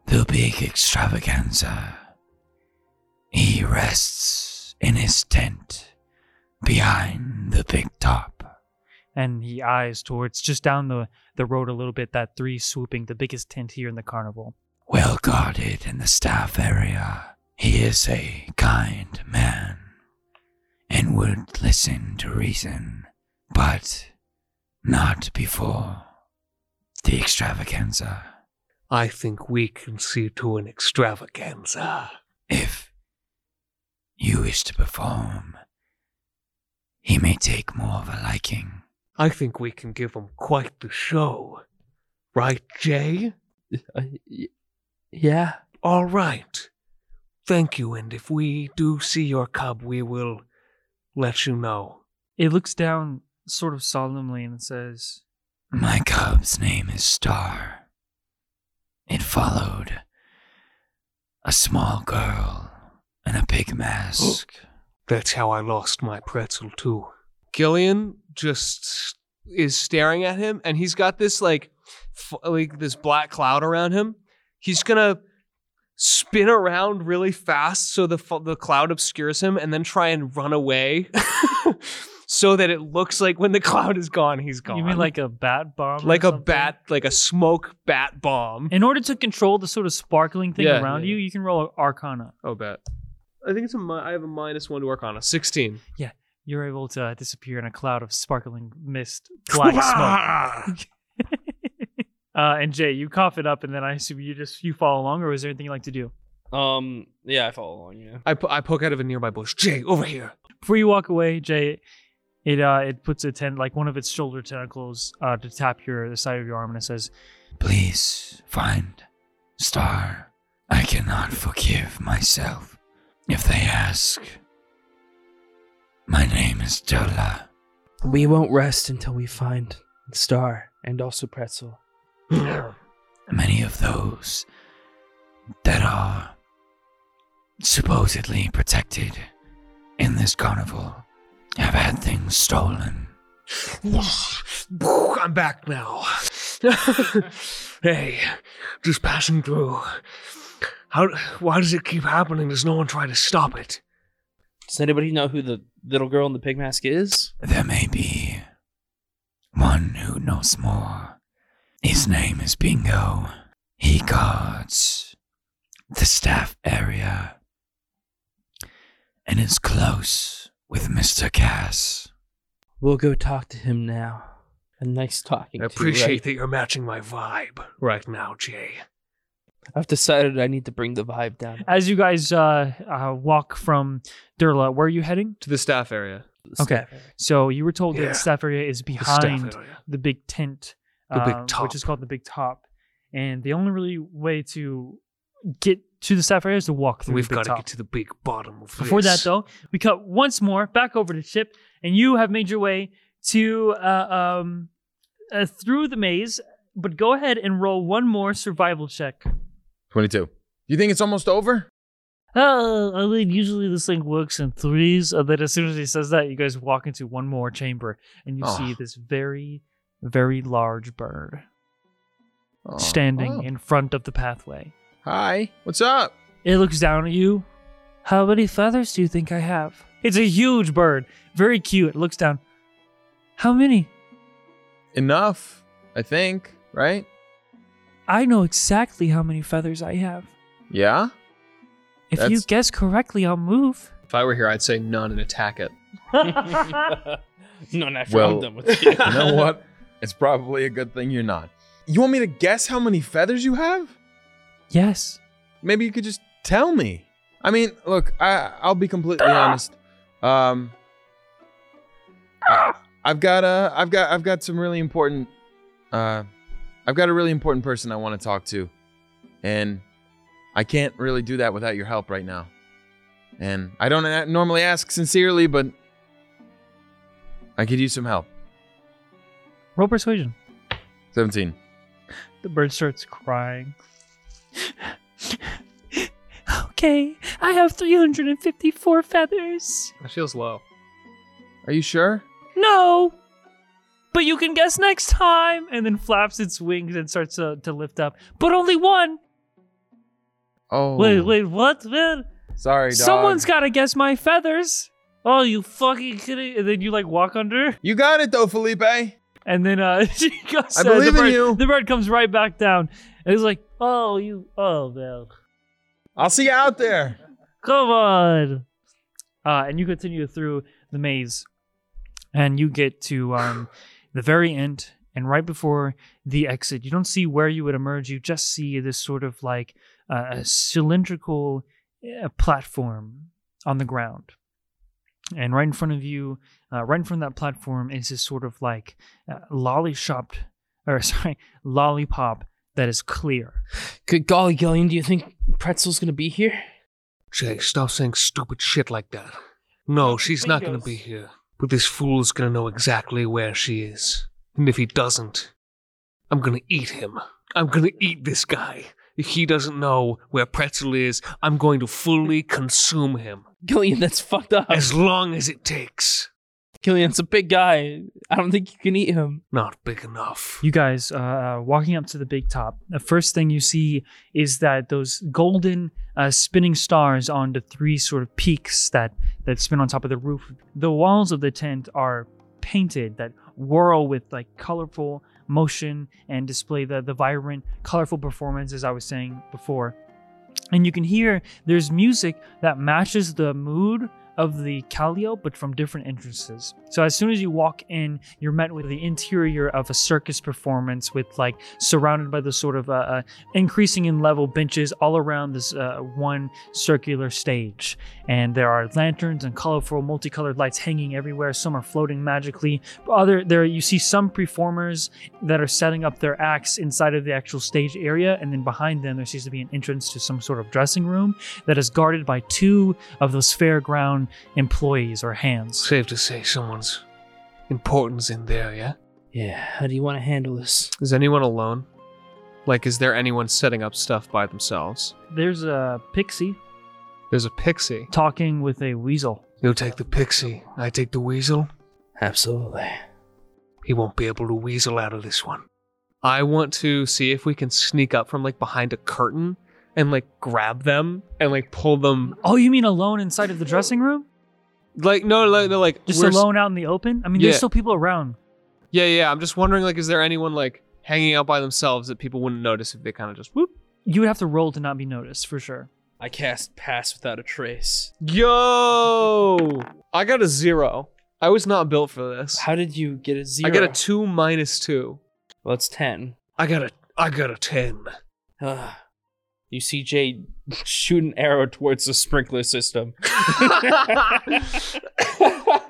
Speaker 7: the big extravaganza, he rests in his tent behind the big top
Speaker 2: and he eyes towards just down the, the road a little bit, that three swooping, the biggest tent here in the carnival.
Speaker 7: well guarded in the staff area. He is a kind man and would listen to reason, but not before the extravaganza.
Speaker 3: I think we can see to an extravaganza.
Speaker 7: If you wish to perform, he may take more of a liking.
Speaker 3: I think we can give him quite the show. Right, Jay?
Speaker 6: Uh, y- yeah.
Speaker 3: All right. Thank you, and if we do see your cub, we will let you know.
Speaker 2: It looks down sort of solemnly and says,
Speaker 7: My cub's name is Star. It followed a small girl in a pig mask.
Speaker 3: (gasps) That's how I lost my pretzel, too.
Speaker 5: Gillian just is staring at him, and he's got this like, f- like this black cloud around him. He's gonna spin around really fast so the f- the cloud obscures him, and then try and run
Speaker 3: (laughs)
Speaker 5: away, so that it looks like when the cloud is gone, he's gone.
Speaker 2: You mean like a bat bomb? or
Speaker 5: like a
Speaker 2: something?
Speaker 5: bat, like a smoke bat bomb?
Speaker 2: In order to control the sort of sparkling thing
Speaker 5: Yeah,
Speaker 2: around
Speaker 5: yeah,
Speaker 2: you, you can roll Arcana.
Speaker 5: Oh, bat. I think it's a. mi- I have a minus one to work on a sixteen.
Speaker 2: You're able to disappear in a cloud of sparkling mist, black smoke. uh, and Jay, you cough it up, and then I assume you just you follow along, or is there anything you like to do?
Speaker 6: Um. Yeah, I follow along. Yeah.
Speaker 5: I, po- I poke out of a nearby bush. Jay, over here.
Speaker 2: Before you walk away, Jay, it uh, it puts a ten like one of its shoulder tentacles uh, to tap your the side of your arm, and it says,
Speaker 7: Please find Star. I cannot forgive myself if they ask. My name is Dola.
Speaker 6: We won't rest until we find Star and also Pretzel.
Speaker 7: Many of those that are supposedly protected in this carnival have had things stolen.
Speaker 3: I'm back now. hey, just passing through. How? Why does it keep happening? Does no one try to stop it?
Speaker 6: Does anybody know who the little girl in the pig mask is?
Speaker 7: There may be one who knows more. His name is Bingo. He guards the staff area and is close with Mr. Cass.
Speaker 6: We'll go talk to him now. A nice talking.
Speaker 3: I appreciate that you're matching my vibe right now, Jay.
Speaker 6: that. I've decided I need to bring the vibe
Speaker 3: (laughs)
Speaker 6: down. (laughs)
Speaker 2: as you guys uh, uh, walk from Durla, where are you heading?
Speaker 5: To the staff area.
Speaker 2: Okay. So you were told that
Speaker 3: Yeah.
Speaker 2: the staff area is
Speaker 3: The staff
Speaker 2: behind
Speaker 3: area.
Speaker 2: the big tent,
Speaker 3: The big
Speaker 2: um,
Speaker 3: top.
Speaker 2: which is called the big top. And the only really way to get to the staff area is to walk through
Speaker 3: We've
Speaker 2: the big
Speaker 3: got to
Speaker 2: top.
Speaker 3: get to the big bottom of
Speaker 2: Before that,
Speaker 3: this.
Speaker 2: though, we cut once more back over to Chip, and you have made your way to uh, um, uh, through the maze. But go ahead and roll one more survival check.
Speaker 4: 22. You think it's almost over?
Speaker 2: Uh, I mean, usually this thing works in threes, and then as soon as he says that, you guys walk into one more chamber, and you
Speaker 4: Oh.
Speaker 2: see this very, very large bird
Speaker 4: Oh.
Speaker 2: standing
Speaker 4: Oh.
Speaker 2: in front of the pathway.
Speaker 4: Hi. What's up?
Speaker 2: It looks down at you. How many feathers do you think I have? It's a huge bird, very cute. It looks down. How many?
Speaker 4: Enough, I think, right?
Speaker 2: I know exactly how many feathers I have.
Speaker 4: Yeah?
Speaker 2: If you
Speaker 4: That's-
Speaker 2: guess correctly, I'll move.
Speaker 5: If I were here, I'd say none and attack it.
Speaker 6: no, not
Speaker 4: Well,
Speaker 6: I'm done with
Speaker 4: (laughs)
Speaker 6: you.
Speaker 4: You know what? It's probably a good thing you're not. You want me to guess how many feathers you have?
Speaker 2: yes.
Speaker 4: Maybe you could just tell me. I mean, look, I I'll be completely honest. Um I, I've got a I've got I've got some really important uh I've got a really important person I want to talk to. And I can't really do that without your help right now. And I don't a- normally ask sincerely, but I could use some help.
Speaker 2: Roll persuasion.
Speaker 4: 17.
Speaker 2: The bird starts crying. okay, I have 354 feathers.
Speaker 5: That feels low.
Speaker 4: Are you sure?
Speaker 2: No! But you can guess next time! And then flaps its wings and starts to, to lift up. But only one!
Speaker 4: Oh.
Speaker 2: Wait, wait, what? Man?
Speaker 4: Sorry, dog.
Speaker 2: Someone's gotta guess my feathers!
Speaker 1: Oh, you fucking kidding? And then you like walk under,
Speaker 4: You got it though, Felipe.
Speaker 2: And then uh, (laughs) she goes,
Speaker 4: I
Speaker 2: uh, the
Speaker 4: believe in
Speaker 2: bird-
Speaker 4: you.
Speaker 2: The bird comes right back down.
Speaker 1: and it's like, oh, you, oh man,
Speaker 4: I'll see you out there.
Speaker 1: come on.
Speaker 2: Uh, and you continue through the maze, and you get to um, the very end, and right before the exit, you don't see where you would emerge. You just see this sort of like uh, a cylindrical uh, platform on the ground, and right in front of you, uh, right in front of that platform, is this sort of like uh, lollyshopped (laughs) or sorry, lollipop that is clear.
Speaker 6: Good golly, Gillian, do you think Pretzel's gonna be here?
Speaker 5: Jay, stop saying stupid shit like that. No, she's not gonna be here. But this fool's gonna know exactly where she is. And if he doesn't, I'm gonna eat him. I'm gonna eat this guy. If he doesn't know where Pretzel is, I'm going to fully consume him.
Speaker 6: Gillian, that's fucked up.
Speaker 5: As long as it takes.
Speaker 6: Gillian's a big guy. I don't think you can eat him.
Speaker 5: Not big enough.
Speaker 2: You guys uh, walking up to the big top. The first thing you see is that those golden uh, spinning stars on the three sort of peaks that that spin on top of the roof. The walls of the tent are painted that whirl with like colorful motion and display the the vibrant, colorful performance. As I was saying before, and you can hear there's music that matches the mood of the Calio, but from different entrances. So as soon as you walk in, you're met with the interior of a circus performance, with like surrounded by the sort of uh, uh, increasing in level benches all around this uh, one circular stage. And there are lanterns and colorful, multicolored lights hanging everywhere. Some are floating magically. Other there, you see some performers that are setting up their acts inside of the actual stage area, and then behind them there seems to be an entrance to some sort of dressing room that is guarded by two of those fairground employees or hands.
Speaker 5: Safe to say someone's importance in there, yeah?
Speaker 6: Yeah, how do you want to handle this?
Speaker 3: Is anyone alone? Like, is there anyone setting up stuff by themselves?
Speaker 2: There's a pixie
Speaker 3: There's a pixie.
Speaker 2: talking with a weasel.
Speaker 5: You take the pixie, I take the weasel.
Speaker 6: Absolutely.
Speaker 5: He won't be able to weasel out of this one.
Speaker 3: I want to see if we can sneak up from like behind a curtain and like grab them and like pull them.
Speaker 2: Oh, you mean alone inside of the dressing room?
Speaker 3: Like no, like, no, like
Speaker 2: Just
Speaker 3: we're s-
Speaker 2: alone out in the open? I mean,
Speaker 3: Yeah.
Speaker 2: there's still people around.
Speaker 3: Yeah, yeah. I'm just wondering, like, is there anyone like hanging out by themselves that people wouldn't notice if they kind of just whoop?
Speaker 2: You would have to roll to not be noticed for sure.
Speaker 6: I cast pass without a trace.
Speaker 3: Yo, I got a zero. I was not built for this.
Speaker 6: How did you get a zero?
Speaker 3: I got a two minus two.
Speaker 6: Well, it's ten.
Speaker 5: I got a I got a ten.
Speaker 6: Ugh. You see Jay shoot an arrow towards the sprinkler system.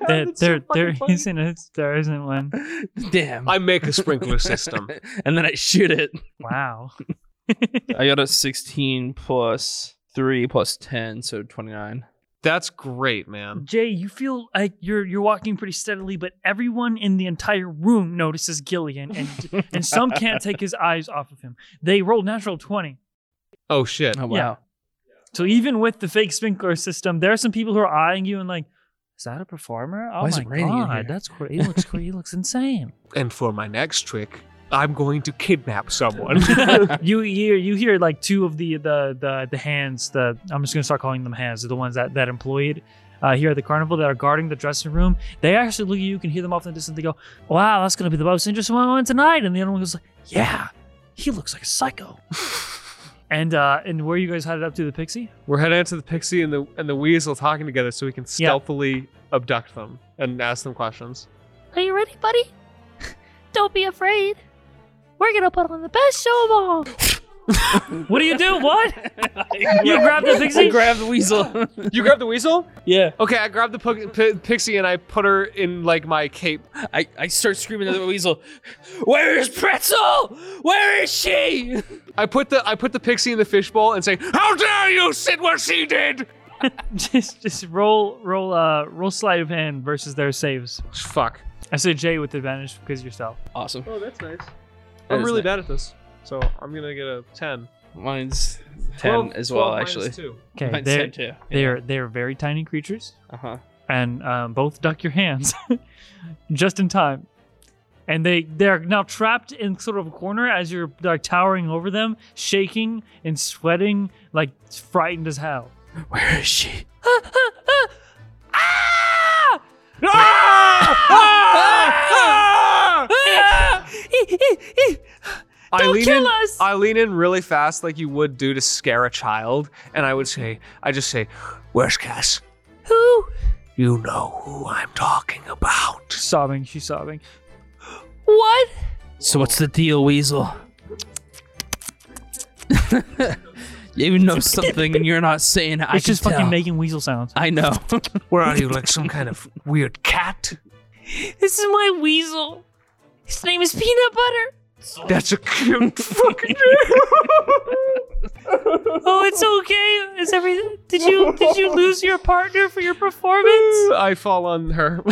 Speaker 2: There, there, there isn't a, there isn't one.
Speaker 6: (laughs) Damn.
Speaker 5: I make a sprinkler system.
Speaker 6: (laughs) and then I shoot it.
Speaker 2: Wow.
Speaker 6: (laughs) I got a 16 plus 3 plus 10, so 29.
Speaker 3: That's great, man.
Speaker 2: Jay, you feel like you're you're walking pretty steadily, but everyone in the entire room notices Gillian, and and some can't take his eyes off of him. They rolled natural twenty,
Speaker 3: Oh shit.
Speaker 6: Oh,
Speaker 2: Yeah. so even with the fake sprinkler system, there are some people who are eyeing you and like, is that a performer? Oh
Speaker 6: Why is
Speaker 2: my
Speaker 6: it raining in
Speaker 2: god,
Speaker 6: here?"
Speaker 2: that's crazy. He looks cra- he looks insane.
Speaker 5: and for my next trick, I'm going (laughs) to kidnap (laughs) someone.
Speaker 2: (laughs) you hear you hear like two of the the the, the hands the I'm just gonna start calling them hands the ones that that employed uh, here at the carnival that are guarding the dressing room. They actually look at you, you can hear them off in the distance. They go, "Wow, that's gonna be the most interesting one tonight." And the other one goes, like, "Yeah, he looks like a psycho."
Speaker 5: (laughs)
Speaker 2: and uh, and where you guys headed up to the pixie?
Speaker 3: We're heading out to the pixie and the and the weasel talking together so we can stealthily abduct them and ask them questions.
Speaker 8: Are you ready, buddy? (laughs) Don't be afraid. We're gonna put on the best show of all.
Speaker 2: What do you do?
Speaker 6: (laughs)
Speaker 2: What? you grab the pixie?
Speaker 6: grab the weasel.
Speaker 3: (laughs) You grab the weasel?
Speaker 6: yeah.
Speaker 3: Okay, I grab the pu- pi pixie and I put her in like my cape.
Speaker 6: I, I start screaming at the weasel, Where is Pretzel? Where is she?
Speaker 3: I put the I put the pixie in the fishbowl and say, "How dare you sit where she did!"
Speaker 2: (laughs) just just roll roll uh roll sleight of hand versus their saves.
Speaker 3: Fuck.
Speaker 2: I say Jay with advantage because yourself.
Speaker 6: Awesome.
Speaker 3: Oh, that's nice.
Speaker 6: That
Speaker 3: I'm
Speaker 6: is
Speaker 3: really
Speaker 6: nice.
Speaker 3: bad at this, so I'm gonna get a ten.
Speaker 6: Mine's 10 as well, actually.
Speaker 2: Okay,
Speaker 6: Mine's
Speaker 2: there.
Speaker 6: 10 too.
Speaker 2: They're they're very tiny creatures,
Speaker 6: Uh huh.
Speaker 2: and um, both duck your hands (laughs) just in time. And they they're now trapped in sort of a corner as you're like towering over them, shaking and sweating, (laughs) like frightened as hell.
Speaker 6: Where is she?
Speaker 2: Ah!
Speaker 5: I lean
Speaker 8: kill
Speaker 5: in,
Speaker 8: us!
Speaker 5: I lean in really fast, like you would do to scare a child, and I would say, I just say, "Where's Cass?
Speaker 8: Who?
Speaker 5: You know who I'm talking about."
Speaker 2: sobbing, she's sobbing.
Speaker 8: What?
Speaker 6: So what's the deal, Weasel? (laughs) you even know something and you're not saying. I
Speaker 2: it's just
Speaker 6: can
Speaker 2: fucking
Speaker 6: tell.
Speaker 2: making weasel sounds.
Speaker 6: I know.
Speaker 5: Where are you,
Speaker 6: (laughs)
Speaker 5: like some kind of weird cat?
Speaker 8: This is my weasel. His name is
Speaker 2: (laughs)
Speaker 8: Peanut Butter.
Speaker 5: That's a (laughs) cute fucking
Speaker 8: Oh, it's okay. Is everything? Did you did you lose your partner for your performance?
Speaker 5: I fall on her. (laughs)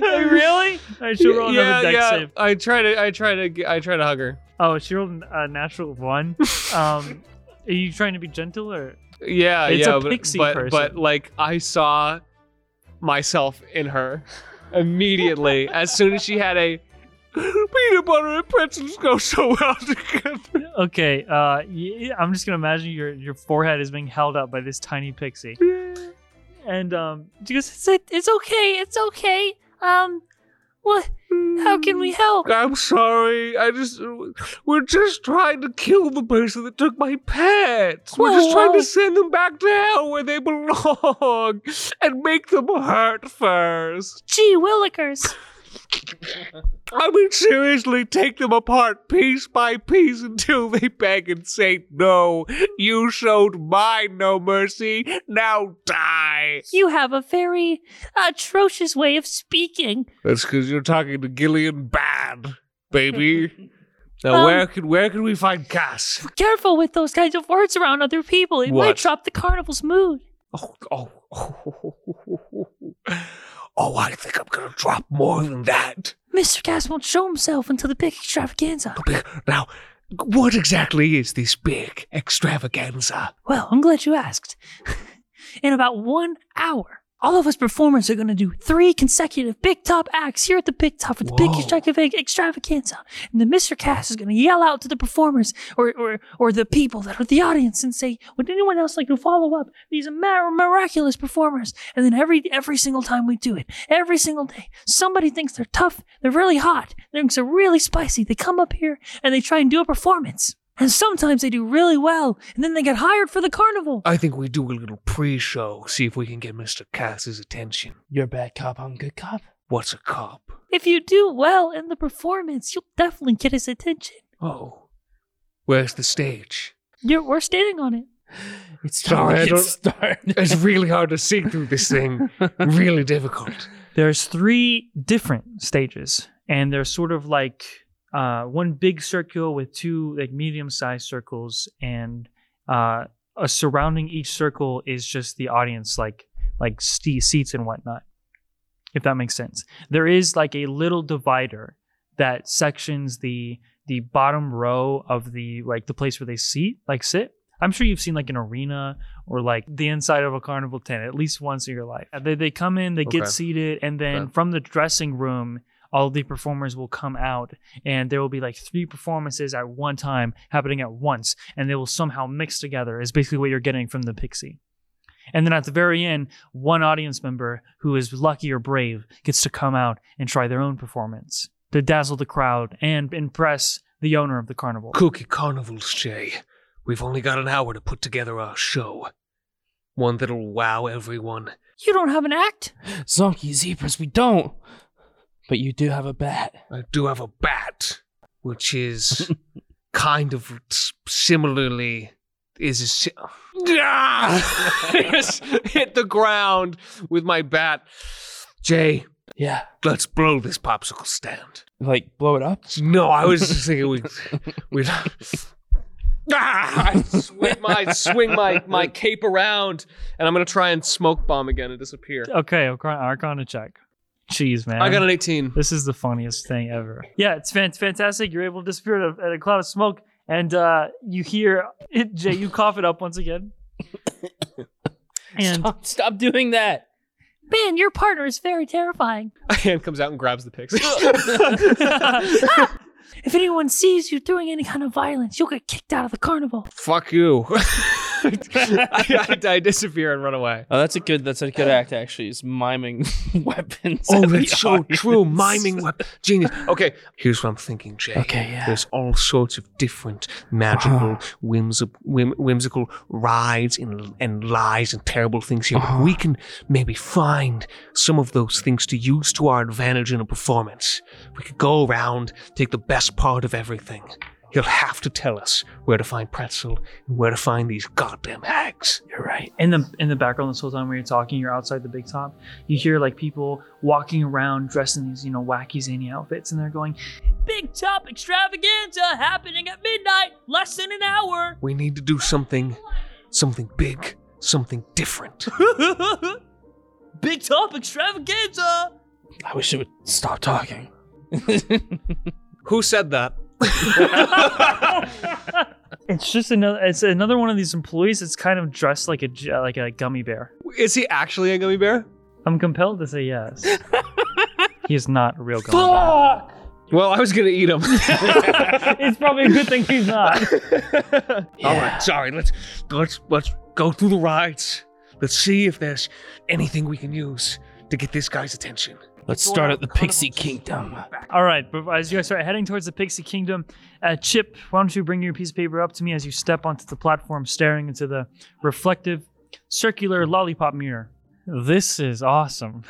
Speaker 2: really? Alright, she'll roll another deck save.
Speaker 5: I try to, I try to, g- I try to hug her.
Speaker 2: Oh, she rolled a natural
Speaker 5: (laughs)
Speaker 2: one. Um, are you trying to be gentle or?
Speaker 5: Yeah,
Speaker 2: It's a
Speaker 5: yeah, but,
Speaker 2: pixie
Speaker 5: but,
Speaker 2: person.
Speaker 5: but like I saw myself in her immediately as soon as she had a (laughs) peanut butter and pretzels go so well together.
Speaker 2: Okay, uh, y- I'm just gonna imagine your your forehead is being held up by this tiny
Speaker 5: (laughs)
Speaker 2: pixie, (laughs) and um, she goes,
Speaker 8: It's, it's okay. It's okay. Um, what? How can we help?
Speaker 5: I'm sorry. I just we're just trying to kill the person that took my pets. We're just trying
Speaker 8: Well-
Speaker 5: to send them back to hell where they belong and make them hurt first.
Speaker 8: Gee, Willikers.
Speaker 5: (laughs) I mean, seriously, take them apart piece by piece until they beg and say, No, you showed mine no mercy, now die.
Speaker 8: You have a very atrocious way of speaking.
Speaker 5: That's because you're talking to Gillian bad, baby. (laughs) Now,
Speaker 8: Um,
Speaker 5: where, can, where can we find Cass?
Speaker 8: Careful with those kinds of words around other people. It might
Speaker 5: What?
Speaker 8: drop the carnival's mood.
Speaker 5: Oh, oh, oh, oh, I think I'm going to drop more than that.
Speaker 8: Mr. Cass won't show himself until the big extravaganza.
Speaker 5: Now, what exactly is this big extravaganza?
Speaker 8: Well, I'm glad you asked. In about one hour, all of us performers are going to do three consecutive big top acts here at the big top for the big
Speaker 5: Whoa.
Speaker 8: extravaganza, extravaganza. And then Mr. Cass is going to yell out to the performers or, or, or the people that are the audience and say, would anyone else like to follow up these mir- miraculous performers? And then every, every single time we do it, every single day, somebody thinks they're tough, they're really hot, things are really spicy. They come up here and they try and do a performance. And sometimes they do really well, and then they get hired for the carnival.
Speaker 5: I think we do a little pre-show, see if we can get Mr. Cass's attention.
Speaker 6: You're a bad cop. I'm a good cop.
Speaker 5: What's a cop?
Speaker 8: If you do well in the performance, you'll definitely get his attention.
Speaker 5: Oh, where's the stage?
Speaker 8: You're, we're standing on it.
Speaker 6: It's
Speaker 5: Sorry, I
Speaker 6: time to
Speaker 5: don't-
Speaker 6: get started.
Speaker 5: It's really hard to see through this
Speaker 6: (laughs)
Speaker 5: thing. Really difficult.
Speaker 2: There's three different stages, and they're sort of like uh, one big circle with two like medium-sized circles, and uh, a surrounding each circle is just the audience, like like ste seats and whatnot. If that makes sense, there is like a little divider that sections the the bottom row of the like the place where they seat like sit. I'm sure you've seen like an arena or like the inside of a carnival tent at least once in your life. They, they come in, they
Speaker 4: Okay.
Speaker 2: get seated, and then
Speaker 4: Okay.
Speaker 2: from the dressing room, all the performers will come out, and there will be like three performances at one time happening at once, and they will somehow mix together. Is basically what you're getting from the pixie. And then at the very end, one audience member who is lucky or brave gets to come out and try their own performance to dazzle the crowd and impress the owner of the carnival.
Speaker 5: Cookie carnivals, Jay. We've only got an hour to put together our show. One that'll wow everyone.
Speaker 8: You don't have an act?
Speaker 6: Zonky zebras, we don't. But you do have a bat.
Speaker 5: I do have a bat, which
Speaker 6: (laughs)
Speaker 5: is kind of s- similarly is a si- Ah! (laughs) Yes, hit the ground with my bat. Jay,
Speaker 6: Yeah.
Speaker 5: let's blow this popsicle stand.
Speaker 6: Like blow it up.
Speaker 5: No, I was just thinking
Speaker 6: (laughs)
Speaker 5: we we. Ah, I swing my swing my my cape around, and I'm gonna try and smoke bomb again and disappear.
Speaker 6: Oh.
Speaker 2: Okay, Arcana, Arcana check. Jeez, man.
Speaker 5: I got an 18.
Speaker 2: This is the funniest thing ever. Yeah, it's fan- fantastic. You're able to disappear in a, in a cloud of smoke, and uh, you hear (laughs) Jay. You cough it up once
Speaker 6: (laughs)
Speaker 2: again, and
Speaker 6: Stop, stop doing that.
Speaker 8: Man, your partner is very terrifying.
Speaker 5: A (laughs) hand comes out and grabs the pixie.
Speaker 8: If anyone sees you doing any kind of violence, you'll get kicked out of the carnival.
Speaker 5: Fuck you. (laughs) I, I, I disappear and run away.
Speaker 6: Oh, that's a good. That's a good act actually. Is miming (laughs) weapons.
Speaker 5: Oh,
Speaker 6: at the
Speaker 5: that's so true.
Speaker 6: audience.
Speaker 5: Miming weapon. Genius. Okay, here's what I'm thinking, Jay.
Speaker 6: Okay, yeah. Uh-huh.
Speaker 5: There's all sorts of different magical, whimsi- whim- whimsical rides and, and lies and terrible things here.
Speaker 6: Uh-huh.
Speaker 5: But we can maybe find some of those things to use to our advantage in a performance. We could go around, take the best part of everything. He'll have to tell us where to find Pretzel and where to find these goddamn hags.
Speaker 6: You're right.
Speaker 2: in the in the background this whole time when you're talking you're outside the big top you hear like people walking around dressed in these you know wacky zany outfits and they're going big top extravaganza happening at midnight less than an
Speaker 8: (laughs)
Speaker 2: hour
Speaker 5: We need to do something, something big, something different.
Speaker 2: big top extravaganza
Speaker 6: I wish you would stop talking.
Speaker 5: Who said that?
Speaker 2: (laughs) it's just another it's another one of these employees that's kind of dressed like a j- like a gummy bear
Speaker 5: Is he actually a gummy bear?
Speaker 2: i'm compelled to say yes he is not a
Speaker 5: (laughs)
Speaker 2: real gummy bear
Speaker 5: Well, I was gonna eat him.
Speaker 2: (laughs) it's probably a good thing he's not
Speaker 5: (laughs) All right, sorry. Let's let's let's go through the rides. Let's see if there's anything we can use to get this guy's attention.
Speaker 6: Let's start at the Pixie Kingdom.
Speaker 2: All right, but as you guys start heading towards the Pixie Kingdom, uh, Chip, why don't you bring your piece of paper up to me as you step onto the platform, staring into the reflective, circular lollipop mirror? This is awesome.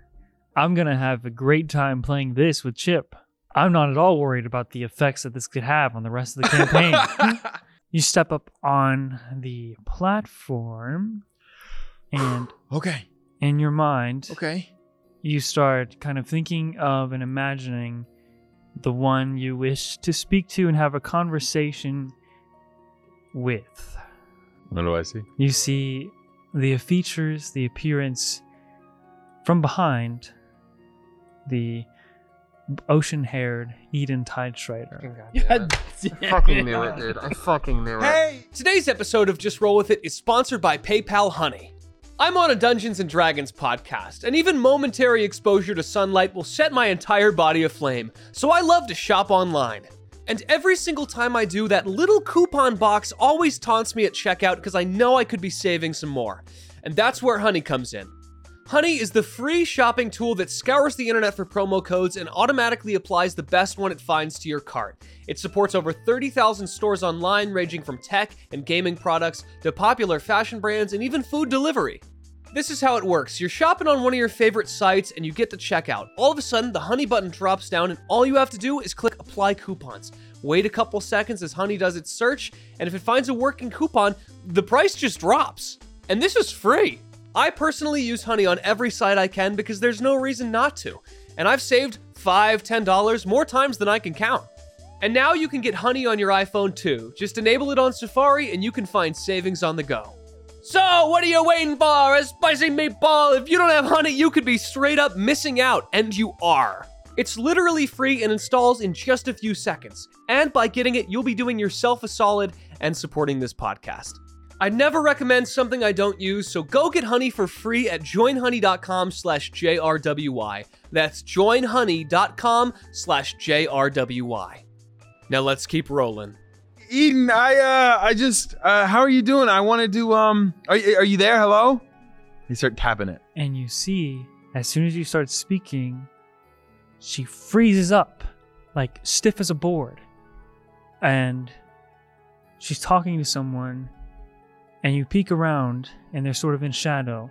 Speaker 2: (laughs) I'm gonna have a great time playing this with Chip. I'm not at all worried about the effects that this could have on the rest of
Speaker 4: (laughs)
Speaker 2: the campaign. you step up on the platform, and
Speaker 4: (gasps) Okay.
Speaker 2: in your mind,
Speaker 4: Okay.
Speaker 2: you start kind of thinking of and imagining the one you wish to speak to and have a conversation with.
Speaker 4: What do I see?
Speaker 2: You see the features, the appearance from behind the ocean haired Eden Tidestrider.
Speaker 9: (laughs)
Speaker 6: God
Speaker 5: fucking knew it, dude. I fucking knew
Speaker 9: Hey! Today's episode of Just Roll With It is sponsored by PayPal Honey. I'm on a Dungeons and Dragons podcast, and even momentary exposure to sunlight will set my entire body aflame, so I love to shop online. And every single time I do, that little coupon box always taunts me at checkout because I know I could be saving some more. And that's where Honey comes in. Honey is the free shopping tool that scours the internet for promo codes and automatically applies the best one it finds to your cart. It supports over 30,000 stores online, ranging from tech and gaming products to popular fashion brands and even food delivery. This is how it works. You're shopping on one of your favorite sites and you get to checkout. All of a sudden, the Honey button drops down, and all you have to do is click Apply Coupons. Wait a couple seconds as Honey does its search, and if it finds a working coupon, the price just drops. And this is free. I personally use Honey on every site I can because there's no reason not to, and I've saved $5, $10 more times than I can count. And now you can get Honey on your iPhone too. Just enable it on Safari and you can find savings on the go. So, what are you waiting for? A spicy meatball! If you don't have honey, you could be straight up missing out, and you are. It's literally free and installs in just a few seconds. And by getting it, you'll be doing yourself a solid and supporting this podcast. I never recommend something I don't use, so go get honey for free at joinhoney.com slash JRWY. That's joinhoney.com slash JRWY. Now let's keep rolling.
Speaker 4: Eden, I uh, I just uh, how are you doing? I wanted to um, are, y- are you there? Hello. You start tapping it.
Speaker 2: And you see, as soon as you start speaking, she freezes up, like stiff as a board. And she's talking to someone, and you peek around, and they're sort of in shadow,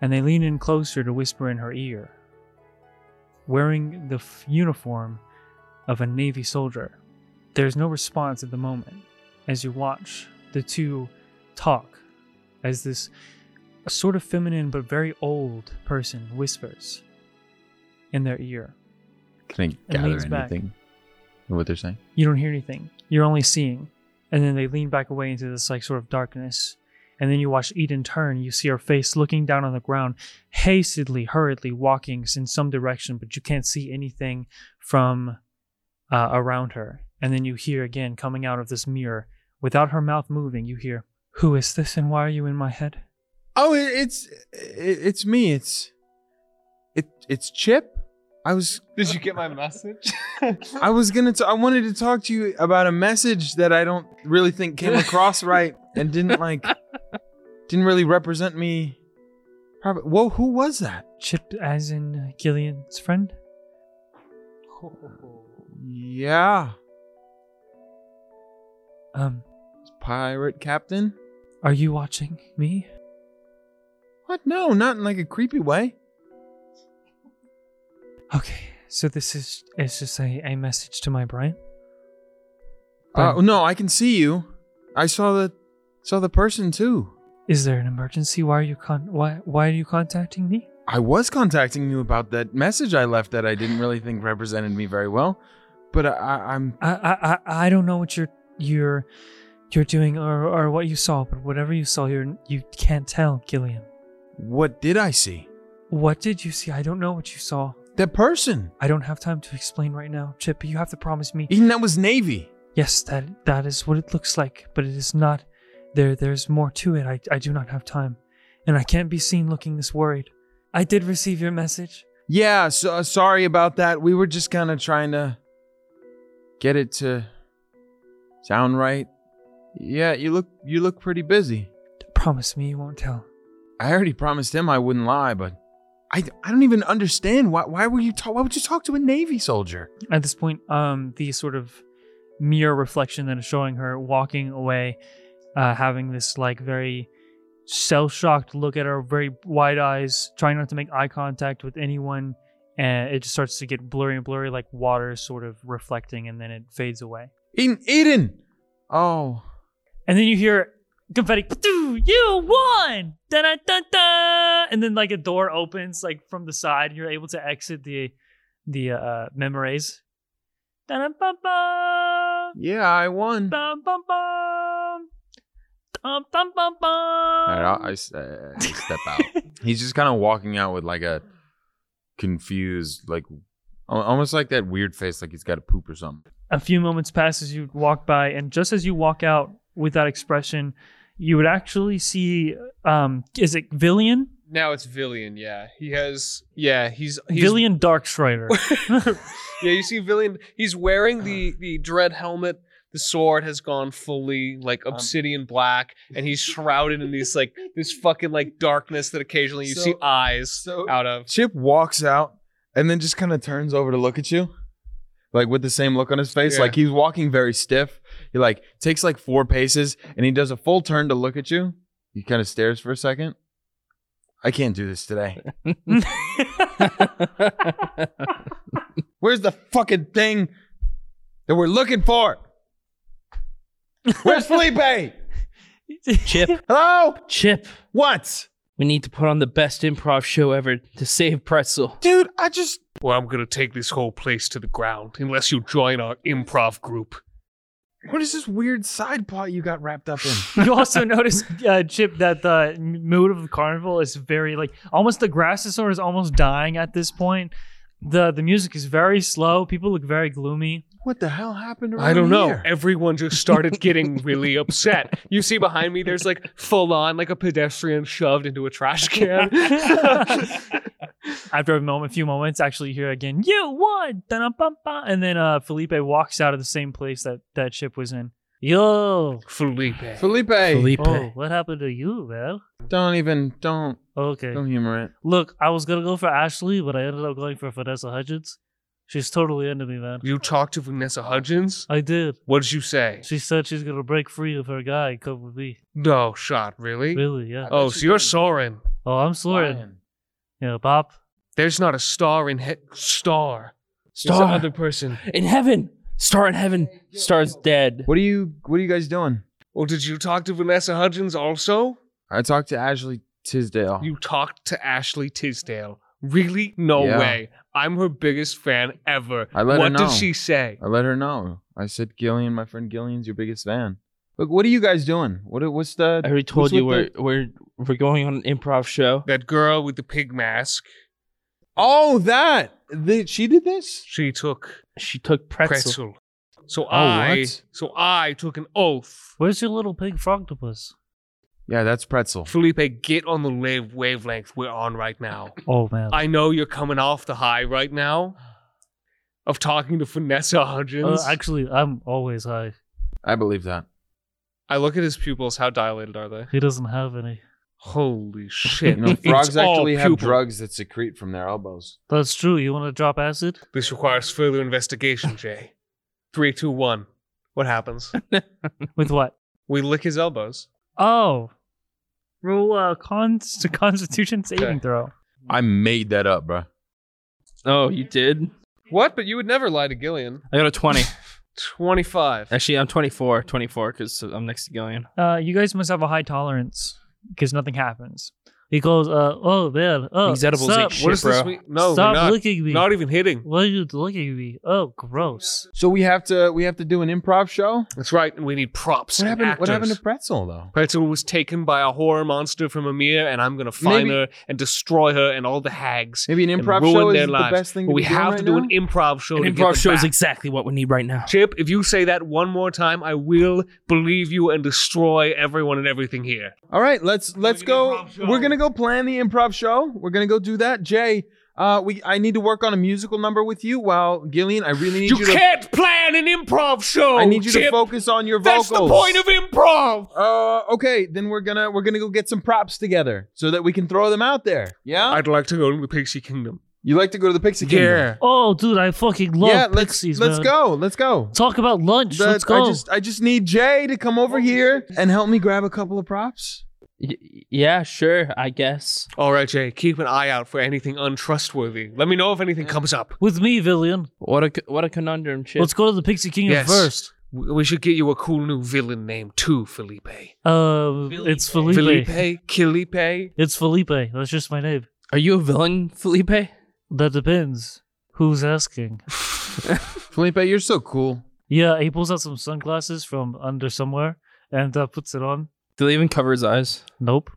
Speaker 2: and they lean in closer to whisper in her ear, wearing the f- uniform of a Navy soldier. There's no response at the moment as you watch the two talk as this a sort of feminine but very old person whispers in their ear.
Speaker 4: Can I
Speaker 2: gather leans back. anything
Speaker 4: What they're saying?
Speaker 2: You don't hear anything. You're only seeing. And then they lean back away into this like sort of darkness. And then you watch Eden turn. You see her face looking down on the ground, hastily, hurriedly walking in some direction, but you can't see anything from uh, around her. And then you hear again coming out of this mirror, without her mouth moving, you hear, Who is this and why are you in my head?
Speaker 4: Oh, it, it's it, it's me. It's it it's Chip. I was
Speaker 3: Did
Speaker 4: (laughs)
Speaker 3: you get
Speaker 5: (laughs)
Speaker 3: my message?
Speaker 2: (laughs)
Speaker 4: I was gonna t- I wanted to talk to you about a message that I don't really think came across right. and didn't like didn't really represent me. Proper- Whoa, who was that?
Speaker 2: Chip, as in uh, Gillian's friend?
Speaker 4: Yeah,
Speaker 2: Um,
Speaker 4: pirate captain.
Speaker 2: are you watching me?
Speaker 4: What? No, not in like a creepy way.
Speaker 2: Okay, so this is it's just a, a message to my Brian.
Speaker 4: Uh,
Speaker 2: Brian,
Speaker 4: no, I can see you. I saw the saw the person too.
Speaker 2: is there an emergency? Why are you con- why why are you contacting me?
Speaker 4: I was contacting you about that message I left that I didn't really think represented me very well, but I, I, I'm
Speaker 2: I, I I I don't know what you're you're you're doing or, or what you saw, but whatever you saw, you're you can't tell, Gillian.
Speaker 4: What did I see?
Speaker 2: What did you see? I don't know what you saw.
Speaker 4: That person.
Speaker 2: I don't have time to explain right now, Chip. You have to promise me.
Speaker 4: Even that was Navy.
Speaker 2: Yes, that that is what it looks like, but it is not. There, there's more to it. I, I do not have time, and I can't be seen looking this worried. I did receive your message.
Speaker 4: Yeah, so uh, sorry about that. We were just kind of trying to get it to sound right. Yeah, you look you look pretty busy.
Speaker 2: Promise me you won't tell.
Speaker 4: I already promised him I wouldn't lie, but I, I don't even understand why why were you ta- why would you talk to a Navy soldier?
Speaker 2: At this point, um, the sort of mirror reflection that is showing her walking away, uh, having this like very shell shocked look at her, very wide eyes, trying not to make eye contact with anyone, and it just starts to get blurry and blurry, like water sort of reflecting, and then it fades away.
Speaker 4: Eden, Eden. Oh,
Speaker 2: And then you hear confetti, "Ptoo, you won! Dun, dun, dun, dun! And then like a door opens like from the side, and you're able to exit the the uh memories. Dun, dun, bum, bum,
Speaker 4: yeah, I won.
Speaker 2: bum, bum, bum. Dum, dum, bum, bum.
Speaker 4: All right, I'll- I, s- uh, I step out. He's just kind of walking out with like a confused, like al- almost like that weird face, like he's got a poop or something.
Speaker 2: a few moments pass as you walk by, and just as you walk out with that expression, you would actually see um is it Villian?
Speaker 5: Now it's Villian, yeah. He has yeah, he's he's
Speaker 2: Villian Darkstrider.
Speaker 5: (laughs)
Speaker 2: (laughs)
Speaker 5: Yeah, you see Villian, he's wearing the the dread helmet. The sword has gone fully like
Speaker 4: Um,
Speaker 5: obsidian black and
Speaker 4: (laughs)
Speaker 5: he's shrouded in these like this fucking like darkness that occasionally you
Speaker 4: So-
Speaker 5: see eyes
Speaker 4: so-
Speaker 5: out of.
Speaker 4: Chip walks out and then just kind of turns over to look at you, like with the same look on his face.
Speaker 5: Yeah.
Speaker 4: Like he's walking very stiff. He like takes like four paces and he does a full turn to look at you. He kind of stares for a second. I can't do this today. (laughs) Where's the fucking thing that we're looking for? Where's Felipe?
Speaker 6: Chip,
Speaker 4: Hello?
Speaker 6: Chip,
Speaker 4: What?
Speaker 6: we need to put on the best improv show ever to save Pretzel.
Speaker 4: Dude, I just
Speaker 5: Well, I'm gonna take this whole place to the ground unless you join our improv group.
Speaker 4: what is this weird side plot you got wrapped up in?
Speaker 2: you also notice, uh, Chip, that the mood of the carnival is very like almost the grass is sort of almost dying at this point. the The music is very slow. People look very gloomy.
Speaker 4: What the hell happened around
Speaker 5: I don't know.
Speaker 4: here?
Speaker 5: Everyone just started getting
Speaker 2: (laughs)
Speaker 5: really upset. You see behind me, there's like full on like a pedestrian shoved into a trash
Speaker 2: (laughs)
Speaker 5: can.
Speaker 2: After a moment, few moments, actually, you hear again, "You won!" Dun-dun-bum-bum. And then uh, Felipe walks out of the same place that that Chip was in. Yo,
Speaker 5: Felipe.
Speaker 4: Felipe,
Speaker 6: Felipe.
Speaker 2: oh, what happened to you,
Speaker 6: (laughs)
Speaker 2: man?
Speaker 4: don't even don't
Speaker 2: Okay,
Speaker 4: don't humor it.
Speaker 2: look, I was gonna go for Ashley, but I ended up going for Vanessa Hudgens. She's totally into me, man.
Speaker 5: You talked to Vanessa Hudgens?
Speaker 2: I did.
Speaker 5: What did you say?
Speaker 2: She said she's gonna break free of her guy and come with me.
Speaker 5: No shot, really?
Speaker 2: Really, yeah.
Speaker 5: Oh, so you're Soren.
Speaker 2: Oh, I'm sorry. Yeah, Bob.
Speaker 5: There's not a star in he- star. There's
Speaker 6: Star.
Speaker 5: another person.
Speaker 6: In heaven. Star in heaven. Star's dead.
Speaker 4: What are you what are you guys doing?
Speaker 5: Well, did you talk to Vanessa Hudgens also?
Speaker 4: I talked to Ashley Tisdale.
Speaker 5: You talked to Ashley Tisdale. Really? No
Speaker 4: Yeah.
Speaker 5: way. I'm her biggest fan ever.
Speaker 4: I let her
Speaker 5: what
Speaker 4: know.
Speaker 5: did she say?
Speaker 4: I let her know. I said Gillian, my friend Gillian's your biggest fan. Look, what are you guys doing? What what's the
Speaker 6: I already told
Speaker 4: what's
Speaker 6: you we're,
Speaker 4: with
Speaker 6: we're, we're going on an improv show.
Speaker 5: That girl with the pig mask.
Speaker 4: the- Oh, that. The, she did this?
Speaker 5: She took
Speaker 6: She took Pretzel.
Speaker 5: pretzel. So I
Speaker 4: Oh, what?
Speaker 5: so I took an oath.
Speaker 2: Where's your little pig frogtopus?
Speaker 4: Yeah, that's pretzel.
Speaker 5: Felipe, get on the wave wavelength we're on right now.
Speaker 2: Oh man.
Speaker 5: I know you're coming off the high right now of talking to Vanessa
Speaker 2: Uh,
Speaker 5: Hudgens.
Speaker 2: actually, I'm always high.
Speaker 4: I believe that.
Speaker 5: I look at his pupils. How dilated are they?
Speaker 2: He doesn't have any. (laughs)
Speaker 5: Holy shit!
Speaker 4: You know, frogs
Speaker 5: (laughs) It's all
Speaker 4: actually have
Speaker 5: pupil.
Speaker 4: drugs that secrete from their elbows.
Speaker 2: That's true. You want to drop acid?
Speaker 5: This requires
Speaker 2: (laughs)
Speaker 5: further investigation, Jay. Three, two, one. What happens?
Speaker 2: With what?
Speaker 5: We lick his elbows.
Speaker 2: Oh. Roll a con- (laughs) constitution saving
Speaker 5: Okay.
Speaker 2: throw.
Speaker 10: I made that up, bro.
Speaker 6: Oh, you did?
Speaker 5: What? But you would never lie to Gillian.
Speaker 6: I got a (laughs) 20.
Speaker 5: Twenty-five.
Speaker 6: Actually, I'm 24. 24 because I'm next to Gillian.
Speaker 2: Uh, you guys must have a high tolerance because nothing happens. He goes, uh, oh man, oh,
Speaker 6: These edibles
Speaker 2: stop,
Speaker 6: ain't shit,
Speaker 5: What does this
Speaker 6: bro.
Speaker 5: mean? No, we're
Speaker 2: stop
Speaker 5: not.
Speaker 2: looking at me.
Speaker 5: Not even hitting.
Speaker 2: Why are you looking at me? Oh, gross.
Speaker 4: So we have to we have to do an improv show.
Speaker 5: That's right. And we need props.
Speaker 4: What
Speaker 5: and
Speaker 4: happened? What happened
Speaker 5: actors.
Speaker 4: to Pretzel though?
Speaker 5: Pretzel was taken by a horror monster from Amir, and I'm gonna find
Speaker 4: Maybe-
Speaker 5: her and destroy her and all the hags.
Speaker 4: Maybe an
Speaker 5: and
Speaker 4: improv
Speaker 5: ruin
Speaker 4: show
Speaker 5: their
Speaker 4: is
Speaker 5: lives.
Speaker 4: the best thing.
Speaker 5: But
Speaker 4: to
Speaker 5: we
Speaker 4: be
Speaker 5: have to
Speaker 4: doing
Speaker 5: do
Speaker 4: right
Speaker 5: an
Speaker 4: now?
Speaker 5: improv show.
Speaker 6: An
Speaker 5: to get
Speaker 6: improv
Speaker 5: them
Speaker 6: show is
Speaker 5: back.
Speaker 6: exactly what we need right now.
Speaker 5: Chip, if you say that one more time, I will believe you and destroy everyone and everything here.
Speaker 4: All right, let's let's go. We're gonna go plan the improv show. We're gonna go do that. Jay, uh, we I need to work on a musical number with you. While Gillian, I really need
Speaker 5: You,
Speaker 4: you, to.
Speaker 5: can't plan an improv show.
Speaker 4: I need you to
Speaker 5: Chip.
Speaker 4: focus on your
Speaker 5: That's
Speaker 4: vocals.
Speaker 5: the point of improv.
Speaker 4: Uh, okay, then we're gonna we're gonna go get some props together so that we can throw them out there. Yeah.
Speaker 5: I'd like to go to the Pixie Kingdom.
Speaker 4: you like to go to the Pixie Kingdom?
Speaker 2: Oh, dude, I fucking love
Speaker 4: Yeah. Let's
Speaker 2: pixies.
Speaker 4: let's
Speaker 2: man.
Speaker 4: go. Let's go.
Speaker 2: Talk about lunch.
Speaker 4: The-
Speaker 2: let's go.
Speaker 4: I just I just need Jay to come over here and help me grab a couple of props.
Speaker 6: Y- yeah, sure, I guess.
Speaker 5: All right, Jay, keep an eye out for anything untrustworthy. Let me know if
Speaker 6: Uh,
Speaker 5: anything comes up.
Speaker 2: With me, Villian.
Speaker 6: What a what a conundrum, Chip.
Speaker 2: Let's go to the Pixie Kingdom
Speaker 5: Yes.
Speaker 2: first.
Speaker 5: We we should get you a cool new villain name too, Felipe.
Speaker 2: Uh, it's Felipe.
Speaker 5: Felipe, Kilipe.
Speaker 2: It's Felipe. That's just my name.
Speaker 6: Are you a villain, Felipe?
Speaker 2: That depends. Who's
Speaker 4: (laughs)
Speaker 2: asking?
Speaker 4: Felipe, you're so cool.
Speaker 2: Yeah, he pulls out some sunglasses from under somewhere and uh, puts it on.
Speaker 6: Do they even cover his (laughs) eyes?
Speaker 2: Nope.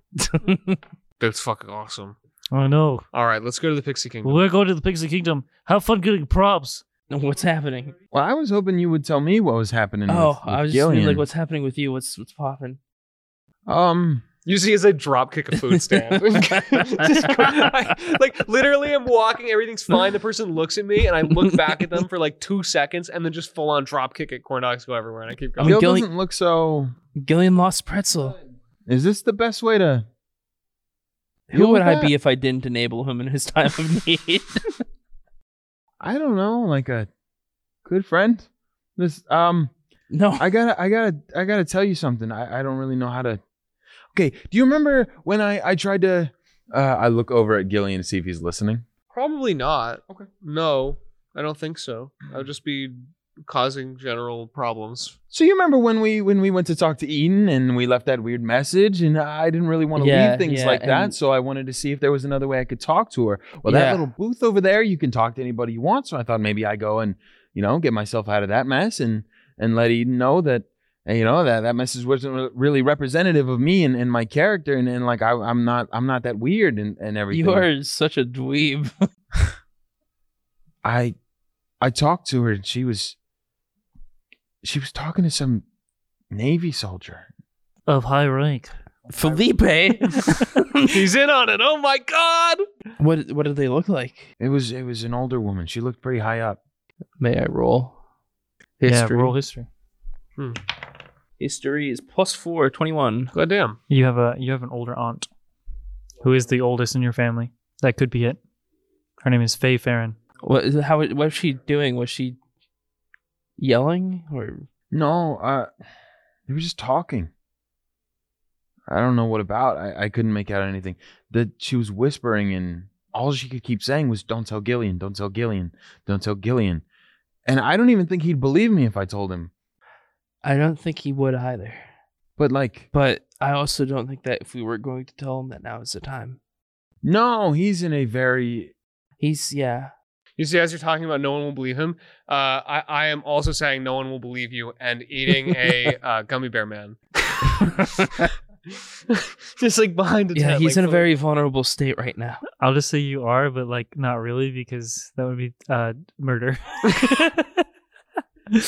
Speaker 5: That's fucking awesome.
Speaker 2: I know.
Speaker 5: All right, let's go to the Pixie Kingdom.
Speaker 2: We're going to the Pixie Kingdom. Have fun getting props.
Speaker 6: What's happening?
Speaker 4: Well, I was hoping you would tell me what was happening.
Speaker 6: oh,
Speaker 4: with, with
Speaker 6: I was just
Speaker 4: Gillian.
Speaker 6: gonna be like, what's happening with you? What's what's popping?
Speaker 4: um.
Speaker 5: You see, as I drop kick a food (laughs) stand. Just go- I- like literally, I'm walking, everything's fine. The person looks at me, and I look back at them for like two seconds, and then just full on drop kick at corn dogs go everywhere, and I keep
Speaker 6: I
Speaker 5: going.
Speaker 6: mean,
Speaker 4: Gil
Speaker 6: Gillian-
Speaker 4: doesn't look so.
Speaker 6: Gillian lost pretzel.
Speaker 4: Is this the best way to?
Speaker 6: Who
Speaker 4: deal
Speaker 6: would
Speaker 4: with
Speaker 6: I
Speaker 4: that?
Speaker 6: be if I didn't enable him in his time of need?
Speaker 4: I don't know, like a good friend. This um,
Speaker 6: no,
Speaker 4: I gotta, I gotta, I gotta tell you something. I, I don't really know how to. Okay, do you remember when I, I tried to? Uh, I look over at Gillian to see if he's listening.
Speaker 5: Probably not. Okay. No, I don't think so. I would just be causing general (laughs) problems.
Speaker 4: So you remember when we when we went to talk to Eden and we left that weird message and I didn't really want to
Speaker 6: Yeah,
Speaker 4: leave things
Speaker 6: yeah,
Speaker 4: like that,
Speaker 6: and-
Speaker 4: so I wanted to see if there was another way I could talk to her. Well,
Speaker 6: Yeah.
Speaker 4: that little booth over there, you can talk to anybody you want. So I thought maybe I go and you know get myself out of that mess and and let Eden know that and, you know that that message wasn't re- really representative of me and, and my character and, and like I, I'm not I'm not that weird and, and everything.
Speaker 6: you are such a dweeb.
Speaker 4: I I talked to her and she was she was talking to some Navy soldier.
Speaker 2: Of high rank. (laughs)
Speaker 6: Felipe,
Speaker 5: He's in on it. Oh my god!
Speaker 6: what what do they look like?
Speaker 4: It was it was an older woman. She looked pretty high up.
Speaker 6: May I roll?
Speaker 2: Yeah, roll history.
Speaker 6: History is plus four, 21.
Speaker 5: Goddamn.
Speaker 2: You have a you have an older aunt who is the oldest in your family. That could be it. Her name is Faye Farron.
Speaker 6: What is how what was she doing? Was she yelling or
Speaker 4: No, uh they were just talking. I don't know what about. I, I couldn't make out anything. That she was whispering and all she could keep saying was don't tell Gillian, don't tell Gillian, don't tell Gillian. And I don't even think he'd believe me if I told him.
Speaker 6: I don't think he would either.
Speaker 4: But like
Speaker 6: But I also don't think that if we were going to tell him that now is the time.
Speaker 4: no, he's in a very
Speaker 6: He's yeah.
Speaker 5: You see, as you're talking about no one will believe him, uh, I, I am also saying no one will believe you and eating
Speaker 2: (laughs)
Speaker 5: a uh, gummy bear man. (laughs) Just like behind a
Speaker 6: Yeah,
Speaker 5: tent,
Speaker 6: he's
Speaker 5: like,
Speaker 6: in a
Speaker 5: fully-
Speaker 6: very vulnerable state right now.
Speaker 2: I'll just say you are, but like not really because that would be uh
Speaker 5: (laughs)
Speaker 2: murder. (laughs)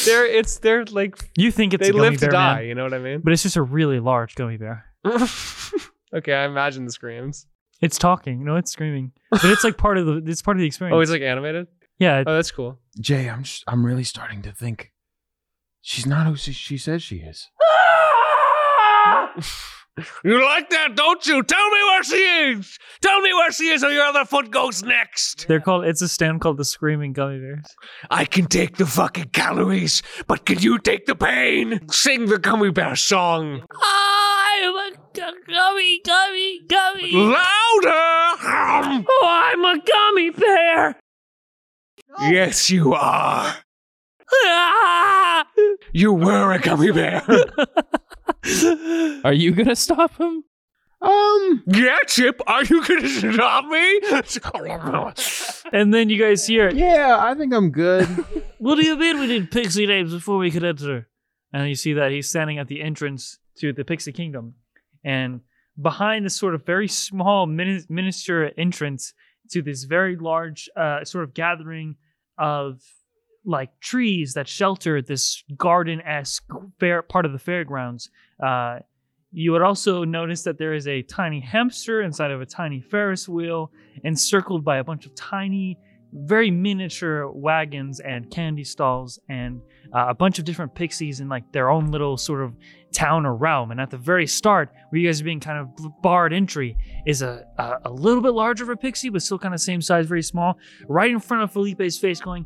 Speaker 5: They're it's they're like
Speaker 2: you think it's
Speaker 5: they
Speaker 2: a gummy
Speaker 5: live to
Speaker 2: bear
Speaker 5: die.
Speaker 2: man,
Speaker 5: You know what I mean?
Speaker 2: but it's just a really large gummy bear.
Speaker 5: (laughs) okay, I imagine the screams.
Speaker 2: It's talking, no, it's screaming, but it's like part of the it's part of the experience.
Speaker 5: Oh, he's like animated.
Speaker 2: yeah,
Speaker 5: Oh, that's
Speaker 2: (laughs)
Speaker 5: cool. (laughs)
Speaker 4: Jay, I'm just, I'm really starting to think she's not who she, she says she is.
Speaker 5: You like that, don't you? Tell me where she is. Tell me where she is, or your other foot goes next.
Speaker 2: They're called. It's a stand called the Screaming Gummy Bears.
Speaker 5: I can take the fucking calories, but can you take the pain? Sing the gummy bear song
Speaker 8: I'm a gu- gummy, gummy, gummy.
Speaker 5: louder. Hum.
Speaker 8: Oh, I'm a gummy bear.
Speaker 5: Yes, you are.
Speaker 8: Ah!
Speaker 6: (laughs)
Speaker 5: You were a gummy bear.
Speaker 6: Are you gonna stop him?
Speaker 4: Um,
Speaker 5: yeah, Chip. Are you gonna stop me?
Speaker 2: And then you guys hear it.
Speaker 4: yeah, I think I'm good.
Speaker 2: (laughs) What do you mean we need pixie names before we could enter? And you see that he's standing at the entrance to the Pixie Kingdom. And behind this sort of very small mini- miniature entrance to this very large uh, sort of gathering of like trees that shelter this garden esque fair part of the fairgrounds. Uh, you would also notice that there is a tiny hamster inside of a tiny Ferris wheel, encircled by a bunch of tiny very miniature wagons and candy stalls and uh, a bunch of different pixies in like their own little sort of town or realm. And at the very start, where you guys are being kind of barred entry, is a, a a little bit larger of a pixie, but still kind of same size, very small, right in front of Felipe's face, going,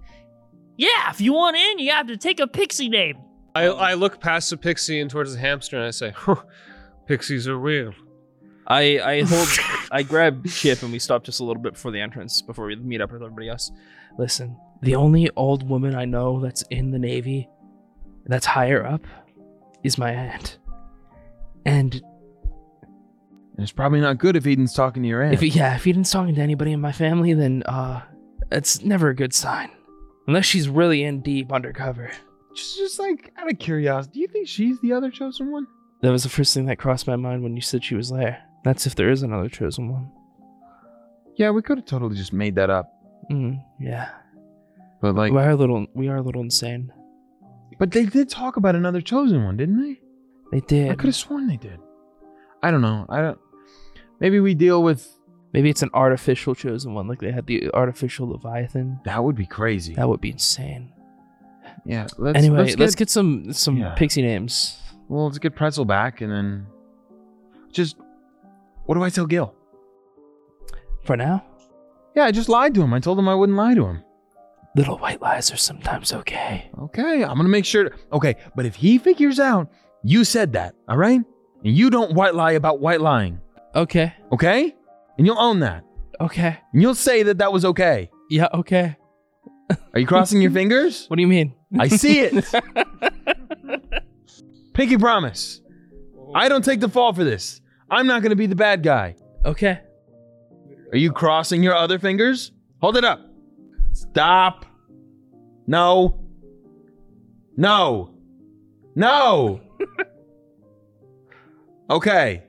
Speaker 2: "Yeah, if you want in, you have to take a pixie name."
Speaker 3: I, I look past the pixie and towards the hamster and I say, "Huh, Pixies are real.
Speaker 6: I I
Speaker 4: (laughs)
Speaker 6: hold I grab Chip and we stop just a little bit before the entrance before we meet up with everybody else. Listen, the only old woman I know that's in the navy that's higher up is my aunt. And
Speaker 4: it's probably not good if Eden's talking to your aunt.
Speaker 6: if yeah, if Eden's talking to anybody in my family, then uh that's never a good sign. Unless she's really in
Speaker 5: (laughs)
Speaker 6: deep undercover.
Speaker 4: just, just like out of curiosity, do you think she's the other chosen one?
Speaker 6: That was the first thing that crossed my mind when you said she was there. That's if there is another chosen one.
Speaker 4: Yeah, we could have totally just made that up.
Speaker 6: Mm, yeah.
Speaker 4: But like,
Speaker 6: we are a little we are a little insane.
Speaker 4: but they did talk about another chosen one, didn't they?
Speaker 6: They did.
Speaker 4: I could have sworn they did. I don't know. I don't. Maybe we deal with.
Speaker 6: Maybe it's an artificial chosen one, like they had the artificial Leviathan.
Speaker 4: That would be crazy.
Speaker 6: That would be insane.
Speaker 4: yeah. Let's,
Speaker 6: anyway,
Speaker 4: let's get,
Speaker 6: some some
Speaker 4: Yeah.
Speaker 6: pixie names.
Speaker 4: Well, let's get Pretzel back, and then just. What do I tell Gil?
Speaker 6: For now,
Speaker 4: Yeah, I just lied to him. I told him I wouldn't lie to him.
Speaker 6: little white lies are sometimes okay.
Speaker 4: Okay, I'm gonna make sure. Okay, but if he figures out you said that, all right, and you don't white lie about white lying,
Speaker 6: Okay.
Speaker 4: okay, and you'll own that,
Speaker 6: Okay.
Speaker 4: and you'll say that that was okay.
Speaker 6: Yeah. Okay.
Speaker 4: Are you crossing your fingers?
Speaker 6: (laughs) What do you mean?
Speaker 4: I see
Speaker 6: (laughs)
Speaker 4: it. Pinky promise. I don't take the fall for this. I'm not gonna be the bad guy.
Speaker 6: Okay.
Speaker 4: Are you crossing your other fingers? Hold it up. Stop. No. No. (laughs) No. okay.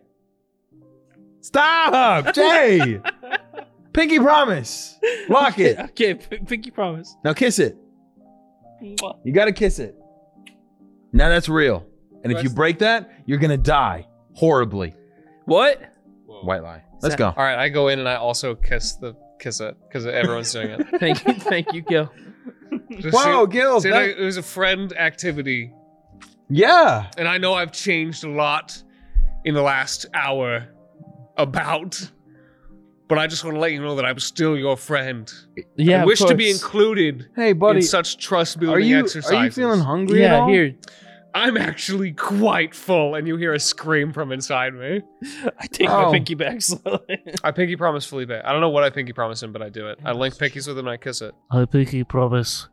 Speaker 4: (laughs) Stop, Jay. Pinky promise. Lock (laughs) it.
Speaker 6: Okay. p- pinky promise.
Speaker 4: Now kiss it. You gotta kiss it. Now that's real. And if you break that, you're gonna die horribly.
Speaker 6: What?
Speaker 4: White lie. Let's go.
Speaker 3: All right, I go in and I also kiss the kiss it because everyone's doing it.
Speaker 6: (laughs) Thank you. Thank you, Gil.
Speaker 3: Just
Speaker 4: Wow,
Speaker 3: see-
Speaker 4: Gil.
Speaker 3: see,
Speaker 4: that-
Speaker 3: like, it was a friend activity,
Speaker 4: yeah.
Speaker 3: and I know I've changed a lot in the last hour about, but I just want to let you know that I'm still your friend.
Speaker 6: Yeah.
Speaker 3: I
Speaker 6: of
Speaker 3: wish to be
Speaker 6: course.
Speaker 3: included
Speaker 4: Hey, buddy.
Speaker 3: in such trust
Speaker 4: Are
Speaker 3: building
Speaker 4: you
Speaker 3: exercises.
Speaker 4: are you feeling hungry at
Speaker 6: Yeah.
Speaker 4: all?
Speaker 6: Here.
Speaker 3: I'm actually quite full, and you hear a scream from inside me.
Speaker 6: (laughs) I take
Speaker 4: Oh.
Speaker 6: my pinky back slowly.
Speaker 3: I pinky promise Felipe. I don't know what I pinky promise him, but I do it. I link pinkies with him and I kiss it.
Speaker 1: I pinky promise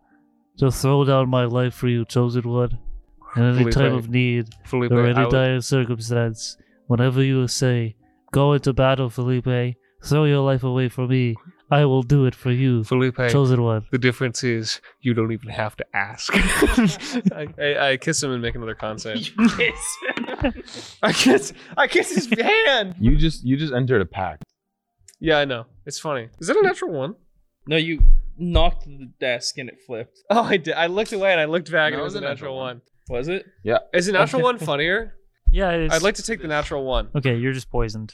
Speaker 1: to throw down my life for you, chosen one, in any
Speaker 3: Felipe.
Speaker 1: time of need
Speaker 3: Felipe,
Speaker 1: or any
Speaker 3: I would-
Speaker 1: dire circumstance. Whenever you say, go into battle, Felipe, throw your life away for me, I will do it for you,
Speaker 3: Felipe,
Speaker 1: chosen one.
Speaker 3: the difference is you don't even have to ask. (laughs) I, I, I kiss him and make another
Speaker 6: (laughs)
Speaker 3: con save. I kiss, I kiss
Speaker 6: (laughs)
Speaker 3: his hand.
Speaker 4: You just you just entered a pact.
Speaker 3: Yeah, I know. It's funny. Is that a natural one?
Speaker 6: no, you knocked the desk and it flipped.
Speaker 3: (laughs) Oh, I did. I looked away and I looked back, and
Speaker 4: No,
Speaker 3: it was a natural one.
Speaker 6: Was it?
Speaker 3: Is the natural
Speaker 6: (laughs)
Speaker 3: one funnier?
Speaker 2: Yeah, it is.
Speaker 3: I'd like to take the natural one.
Speaker 2: (laughs) okay, you're just poisoned.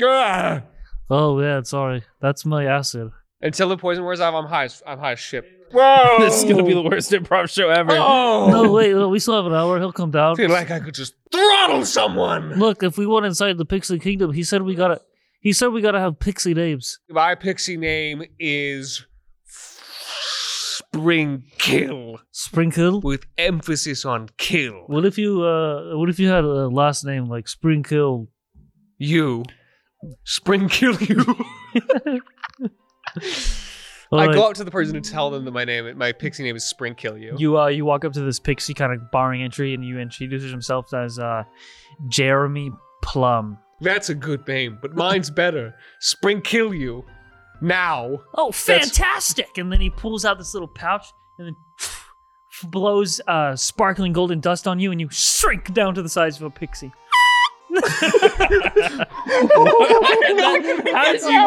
Speaker 3: Ah!
Speaker 1: Oh, man, sorry. That's my acid.
Speaker 3: Until the poison wears off, I'm high. as- I'm high as shit.
Speaker 6: this is gonna be the worst improv show ever.
Speaker 1: Oh! No, wait, no, we still have an hour. He'll come down.
Speaker 3: I feel like I could just
Speaker 5: throttle someone.
Speaker 1: Look, if we want inside the Pixie Kingdom, he said we gotta. He said we gotta have pixie names.
Speaker 5: My pixie name is Springkill,
Speaker 1: Springkill.
Speaker 5: with emphasis on kill.
Speaker 1: What if you? uh What if you had a last name like Springkill?
Speaker 5: You, Springkill, you.
Speaker 1: All
Speaker 5: I
Speaker 1: right.
Speaker 5: go up to the person and tell them that my name, my pixie name is Springkill. You.
Speaker 2: You uh, you walk up to this pixie kind of barring entry, and you introduce himself as uh, Jeremy Plum.
Speaker 5: That's a good name, but mine's better. Springkill, you. Now.
Speaker 1: Oh,
Speaker 2: Fantastic! (laughs) And then he pulls out this little pouch, and then blows uh, sparkling golden dust on you, and you shrink down to the size of a pixie.
Speaker 6: How did you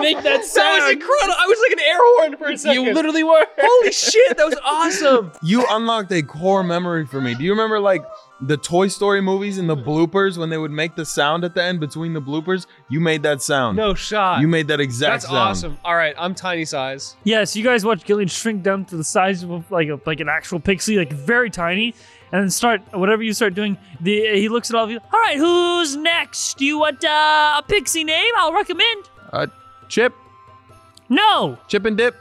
Speaker 6: make that
Speaker 5: (laughs) That was
Speaker 6: sound?
Speaker 5: incredible. I was like an air horn for a second.
Speaker 6: You literally were.
Speaker 5: (laughs) Holy shit, (laughs) that was awesome.
Speaker 4: You unlocked a core memory for me. Do you remember like the Toy Story movies and the bloopers when they would make the sound at the end between the bloopers? You made that sound.
Speaker 5: No shot.
Speaker 4: You made that exact
Speaker 5: That's
Speaker 4: sound.
Speaker 5: awesome. All right, I'm tiny size.
Speaker 2: Yeah, so you guys watch Gillian shrink down to the size of a, like a, like an actual pixie, like very tiny, and then start whatever you start doing. The he looks at all of you. All right, who's next? Do you want uh, a pixie name? I'll recommend.
Speaker 11: Uh, Chip,
Speaker 2: No.
Speaker 11: chip and dip.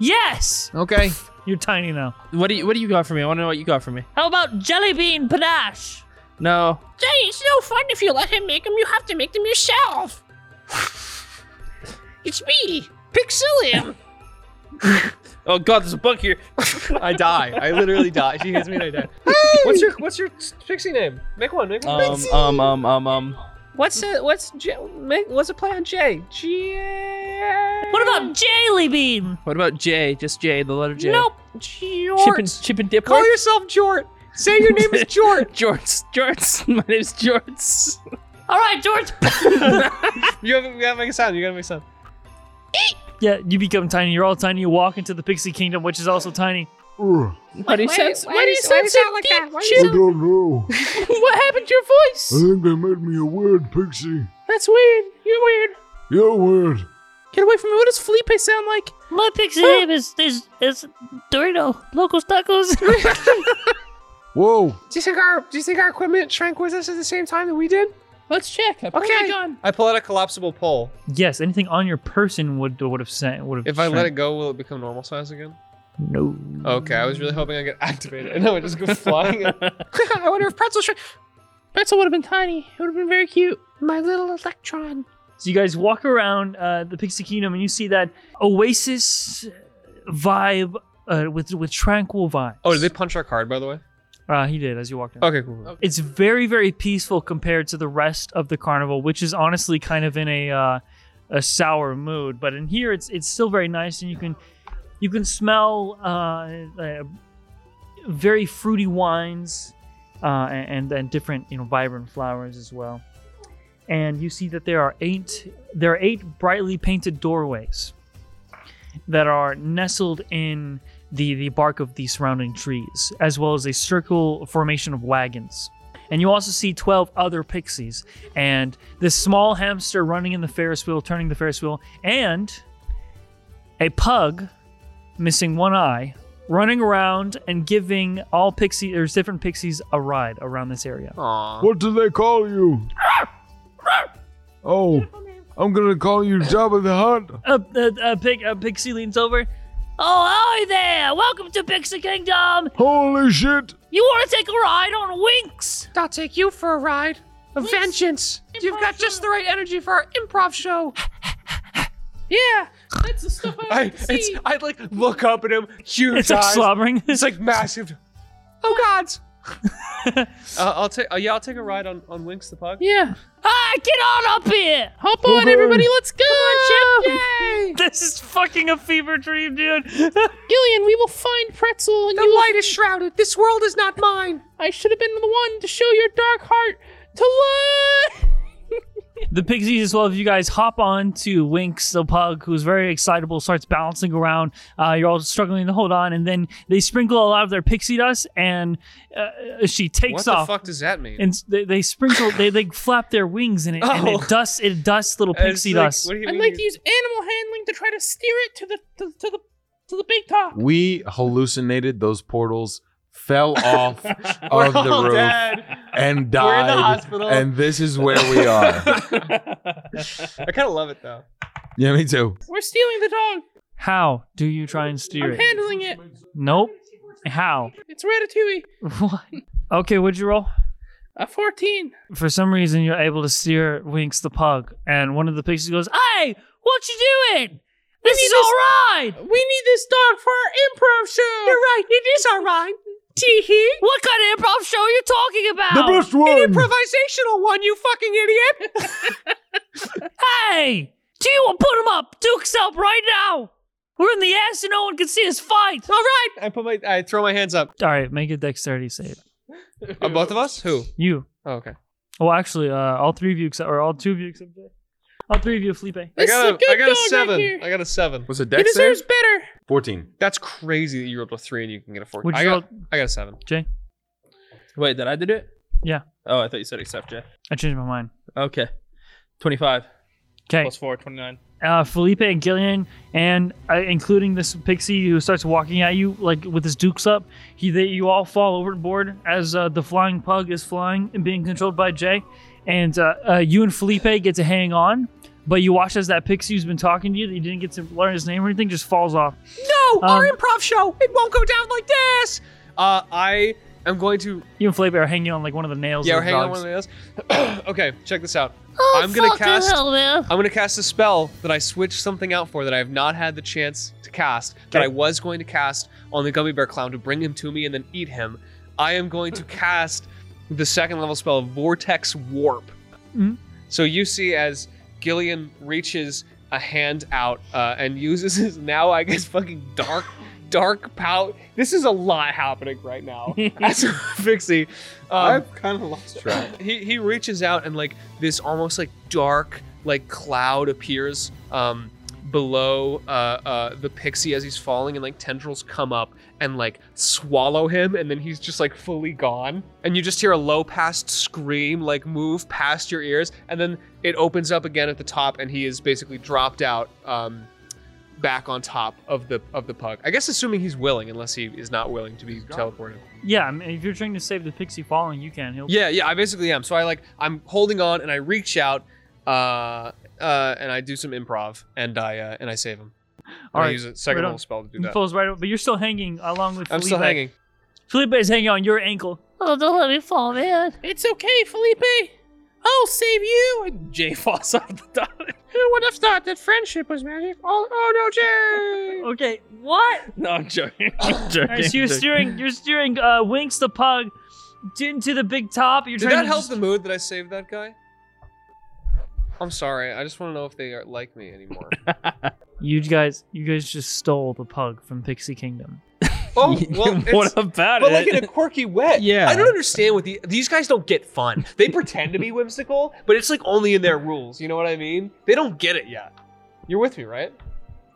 Speaker 2: Yes.
Speaker 11: Okay.
Speaker 2: You're tiny now.
Speaker 6: What do you What do you got for me? I want to know what you got for me.
Speaker 8: How about Jelly Bean Panache?
Speaker 6: No.
Speaker 12: Jay, it's no fun if you let him make them. You have to make them yourself. it's me, Pixelium.
Speaker 6: Oh God, there's a bug here.
Speaker 5: I die. I literally die. She hits me and I die. What's your What's your pixie name? Make one. Make one.
Speaker 6: (laughs) Um, um, um, um, um.
Speaker 12: what's it? What's J- make, What's a play on Jay? Jay.
Speaker 8: What about Jelly Bean?
Speaker 6: What about J? Just J, the letter J.
Speaker 12: Nope.
Speaker 6: Chip
Speaker 12: Jorts.
Speaker 6: and Chip and Dip.
Speaker 5: Call
Speaker 6: work?
Speaker 5: yourself Jort. Say your
Speaker 6: (laughs)
Speaker 5: name is Jort.
Speaker 6: Jorts. Jorts. My name's Jorts.
Speaker 8: All right, George.
Speaker 5: (laughs)
Speaker 8: (laughs)
Speaker 5: You have you gotta make a sound. You gotta make a sound.
Speaker 2: Yeah, you become tiny. You're all tiny. You walk into the pixie kingdom, which is also tiny.
Speaker 6: Why do you sound? Why, do you
Speaker 12: why
Speaker 6: sound so like
Speaker 12: that?
Speaker 6: deep?
Speaker 12: Why
Speaker 6: Chip?
Speaker 11: don't know.
Speaker 6: what happened to your voice?
Speaker 11: think they made me a weird pixie.
Speaker 6: That's weird. You're weird.
Speaker 11: You're weird.
Speaker 6: Get away from me. What does Felipe sound like? Oh.
Speaker 8: My pixie name is is is Dorito Locos
Speaker 6: (laughs)
Speaker 8: Tacos.
Speaker 11: Whoa.
Speaker 5: Do you think our Do you think our equipment shrank with us at the same time that we did?
Speaker 6: Let's check.
Speaker 8: Oh
Speaker 6: I pulled my gun.
Speaker 5: I pull out a collapsible pole.
Speaker 2: Yes, anything on your person would would have sent would have.
Speaker 5: If I let it go, will it become normal size again?
Speaker 2: no.
Speaker 5: Okay, I was really hoping I could (laughs) activate it. No, it just goes flying.
Speaker 6: (laughs)
Speaker 5: I wonder if pretzel shrank.
Speaker 6: Pretzel would have been tiny. It would have been very cute.
Speaker 12: My little electron.
Speaker 2: So you guys walk around uh, the Pixie Kingdom and you see that Oasis vibe uh, with with tranquil vibes.
Speaker 5: Oh, did they punch our card by the way?
Speaker 2: Uh, he did as you walked in.
Speaker 5: Okay, cool.
Speaker 2: It's very very peaceful compared to the rest of the carnival, which is honestly kind of in a uh, a sour mood. But in here, it's it's still very nice, and you can you can smell uh, uh, very fruity wines uh, and and different you know vibrant flowers as well. And you see that there are eight there are eight brightly painted doorways that are nestled in the the bark of the surrounding trees, as well as a circle formation of wagons. And you also see 12 other pixies and this small hamster running in the Ferris wheel, turning the Ferris wheel, and a pug missing one eye running around and giving all pixie there's different pixies a ride around this area.
Speaker 11: What do they
Speaker 5: (laughs)
Speaker 11: call you? Oh, I'm gonna call you Jabba the Hutt.
Speaker 2: A, a, a, pig, a pixie leans over.
Speaker 8: oh, hi there. Welcome to Pixie Kingdom.
Speaker 11: Holy shit!
Speaker 8: You want to take a ride on Winx?
Speaker 12: I'll take you for a ride. A vengeance. You've got just the right energy for our improv (laughs) show. yeah, that's the stuff I
Speaker 5: I
Speaker 12: like to
Speaker 5: it's,
Speaker 12: see.
Speaker 5: I'd like look up at him, huge
Speaker 2: It's like
Speaker 5: eyes.
Speaker 2: slobbering.
Speaker 5: it's like
Speaker 2: (laughs)
Speaker 5: massive.
Speaker 12: Oh gods.
Speaker 5: Uh, I'll take. Uh, yeah, I'll take a ride on on Winx the pug.
Speaker 6: Yeah.
Speaker 8: Ah, get on up here.
Speaker 6: Hop on, everybody. Let's go. (laughs)
Speaker 12: Yay!
Speaker 2: this is fucking a fever dream,
Speaker 8: (laughs)
Speaker 2: dude.
Speaker 6: Gillian, we will find Pretzel. And
Speaker 12: The
Speaker 6: you will-
Speaker 12: light is shrouded. This world is not mine.
Speaker 6: I should have been the one to show your dark heart to love.
Speaker 2: the pixies as well. If you guys hop on to Winx the pug, who's very excitable, starts bouncing around. Uh, you're all struggling to hold on, and then they sprinkle a lot of their pixie dust, and uh, she
Speaker 5: What
Speaker 2: takes
Speaker 5: the
Speaker 2: off.
Speaker 5: fuck does that mean?
Speaker 2: And s- they, they sprinkle, they, they flap their wings, and it, and
Speaker 5: Oh.
Speaker 2: it dusts, it dusts little
Speaker 5: And
Speaker 2: pixie
Speaker 5: it's like,
Speaker 2: dust.
Speaker 5: what do you
Speaker 6: I'd
Speaker 5: mean
Speaker 6: like
Speaker 5: you-
Speaker 6: to use animal handling to try to steer it to the to, to the to the big top.
Speaker 4: We hallucinated those portals
Speaker 5: (laughs)
Speaker 4: fell off of the roof and died.
Speaker 5: We're in the hospital.
Speaker 4: And this is where we are.
Speaker 5: (laughs) I kind of love it though.
Speaker 4: yeah, me too.
Speaker 12: We're stealing the dog.
Speaker 2: How do you try and steer
Speaker 12: I'm
Speaker 2: it?
Speaker 12: handling it.
Speaker 2: Nope. How?
Speaker 12: It's Ratatouille.
Speaker 2: What? Okay, would you roll?
Speaker 12: A 14.
Speaker 2: For some reason, you're able to steer Winks the pug, and one of the pixies goes, "Hey, what you doing? This
Speaker 12: need
Speaker 2: is
Speaker 12: this-
Speaker 2: all right.
Speaker 12: We need this dog for our improv show. You're right. It is all right. Teehee.
Speaker 2: What kind of improv show are you talking
Speaker 11: The
Speaker 2: about?
Speaker 11: best one.
Speaker 12: Improvisational one, you fucking idiot. (laughs)
Speaker 2: hey, do you want put him up? Duke's up right now. We're in the ass, and no one can see us fight.
Speaker 5: All right, I put my I throw my hands up.
Speaker 2: All right, make a dexterity save.
Speaker 5: Uh, both of us? Who?
Speaker 2: You.
Speaker 5: Oh, okay.
Speaker 2: Well, actually, uh, all three of you except, or all two of you except Jay. All three of you, Felipe.
Speaker 5: I
Speaker 12: This is
Speaker 5: got
Speaker 12: a
Speaker 5: a, I
Speaker 12: good
Speaker 5: got a
Speaker 12: dog right
Speaker 5: seven.
Speaker 12: here.
Speaker 5: I got a seven.
Speaker 4: Was it
Speaker 12: He
Speaker 4: Dex
Speaker 12: deserves better.
Speaker 4: 14.
Speaker 5: That's crazy that you rolled a three and you can get a four.
Speaker 2: Would
Speaker 5: I
Speaker 2: you
Speaker 5: got, I got a seven.
Speaker 6: Wait, then I did it?
Speaker 2: Yeah.
Speaker 6: Oh, I thought you said except Jay.
Speaker 2: I changed my mind.
Speaker 6: Okay. 25
Speaker 2: Okay.
Speaker 6: plus 4, (laughs) 29.
Speaker 2: uh, Felipe and Gillian, and uh, including this pixie who starts walking at you like with his dukes up. He, they, you all fall overboard as uh, the flying pug is flying and being controlled by Jay, and uh, uh, you and Felipe get to hang on. But you watch as that pixie who's been talking to you, that you didn't get to learn his name or anything, just falls off.
Speaker 5: No,
Speaker 2: our Um,
Speaker 5: improv show. It won't go down like this. Uh, I am going to.
Speaker 2: You and Felipe are hanging on like one of the nails.
Speaker 5: Yeah,
Speaker 2: of the
Speaker 5: we're hanging on
Speaker 2: dogs.
Speaker 5: one of the nails. (clears throat) okay, check this out. I'm gonna cast. I'm gonna cast a spell that I switched something out for that I have not had the chance to cast that
Speaker 2: Okay.
Speaker 5: I was going to cast on the gummy bear clown to bring him to me and then eat him. I am going
Speaker 2: (laughs)
Speaker 5: to cast the second level spell of Vortex Warp.
Speaker 2: Mhm.
Speaker 5: So you see as Gillian reaches a hand out uh, and uses his now I guess fucking dark dark pout. This is a lot happening right now.
Speaker 2: (laughs)
Speaker 5: As a Fixie. Um,
Speaker 4: kind of lost
Speaker 5: (laughs)
Speaker 4: track.
Speaker 5: he he reaches out and like this almost like dark like cloud appears um below uh uh the pixie as he's falling and like tendrils come up and like swallow him and then he's just like fully gone and you just hear a low past scream like move past your ears and then it opens up again at the top and he is basically dropped out um back on top of the of the pug i guess assuming he's willing unless he is not willing to be teleported
Speaker 2: Yeah, I mean, if you're trying to save the pixie falling, you can. He'll.
Speaker 5: yeah, yeah, I basically am. So I like I'm holding on and I reach out uh uh and I do some improv and I uh, and I save him. And I
Speaker 2: Alright,
Speaker 5: use a second
Speaker 2: right
Speaker 5: level
Speaker 2: on.
Speaker 5: spell to do
Speaker 2: He
Speaker 5: that.
Speaker 2: falls right over, but you're still hanging along with
Speaker 5: I'm
Speaker 2: Felipe.
Speaker 5: still hanging.
Speaker 2: Felipe is hanging on your ankle.
Speaker 13: Oh, don't let me fall, man.
Speaker 12: It's okay, Felipe. I'll save you. And Jay falls off the dog. Who would have thought that friendship was magic? Oh, oh
Speaker 13: (laughs)
Speaker 12: no, Jay.
Speaker 2: Okay, what?
Speaker 6: No, I'm joking. (laughs) I'm joking.
Speaker 2: (laughs) All right, so you're
Speaker 6: I'm joking.
Speaker 2: steering, you're steering uh, Winks the pug into the big top. You're
Speaker 5: Did
Speaker 2: trying
Speaker 5: that
Speaker 2: to
Speaker 5: help
Speaker 2: just-
Speaker 5: the mood that I saved that guy? I'm sorry. I just want to know if they are like me
Speaker 2: (laughs)
Speaker 5: anymore.
Speaker 2: You guys, you guys just stole the pug from Pixie Kingdom. (laughs)
Speaker 6: (laughs)
Speaker 5: oh, well, it's,
Speaker 6: what about
Speaker 5: but
Speaker 6: it?
Speaker 5: like in a quirky way.
Speaker 6: Yeah.
Speaker 5: I don't understand what the, these guys don't get fun. They pretend to be whimsical, but it's like only in their rules. You know what I mean? They don't get it yet. (laughs) You're with me, right?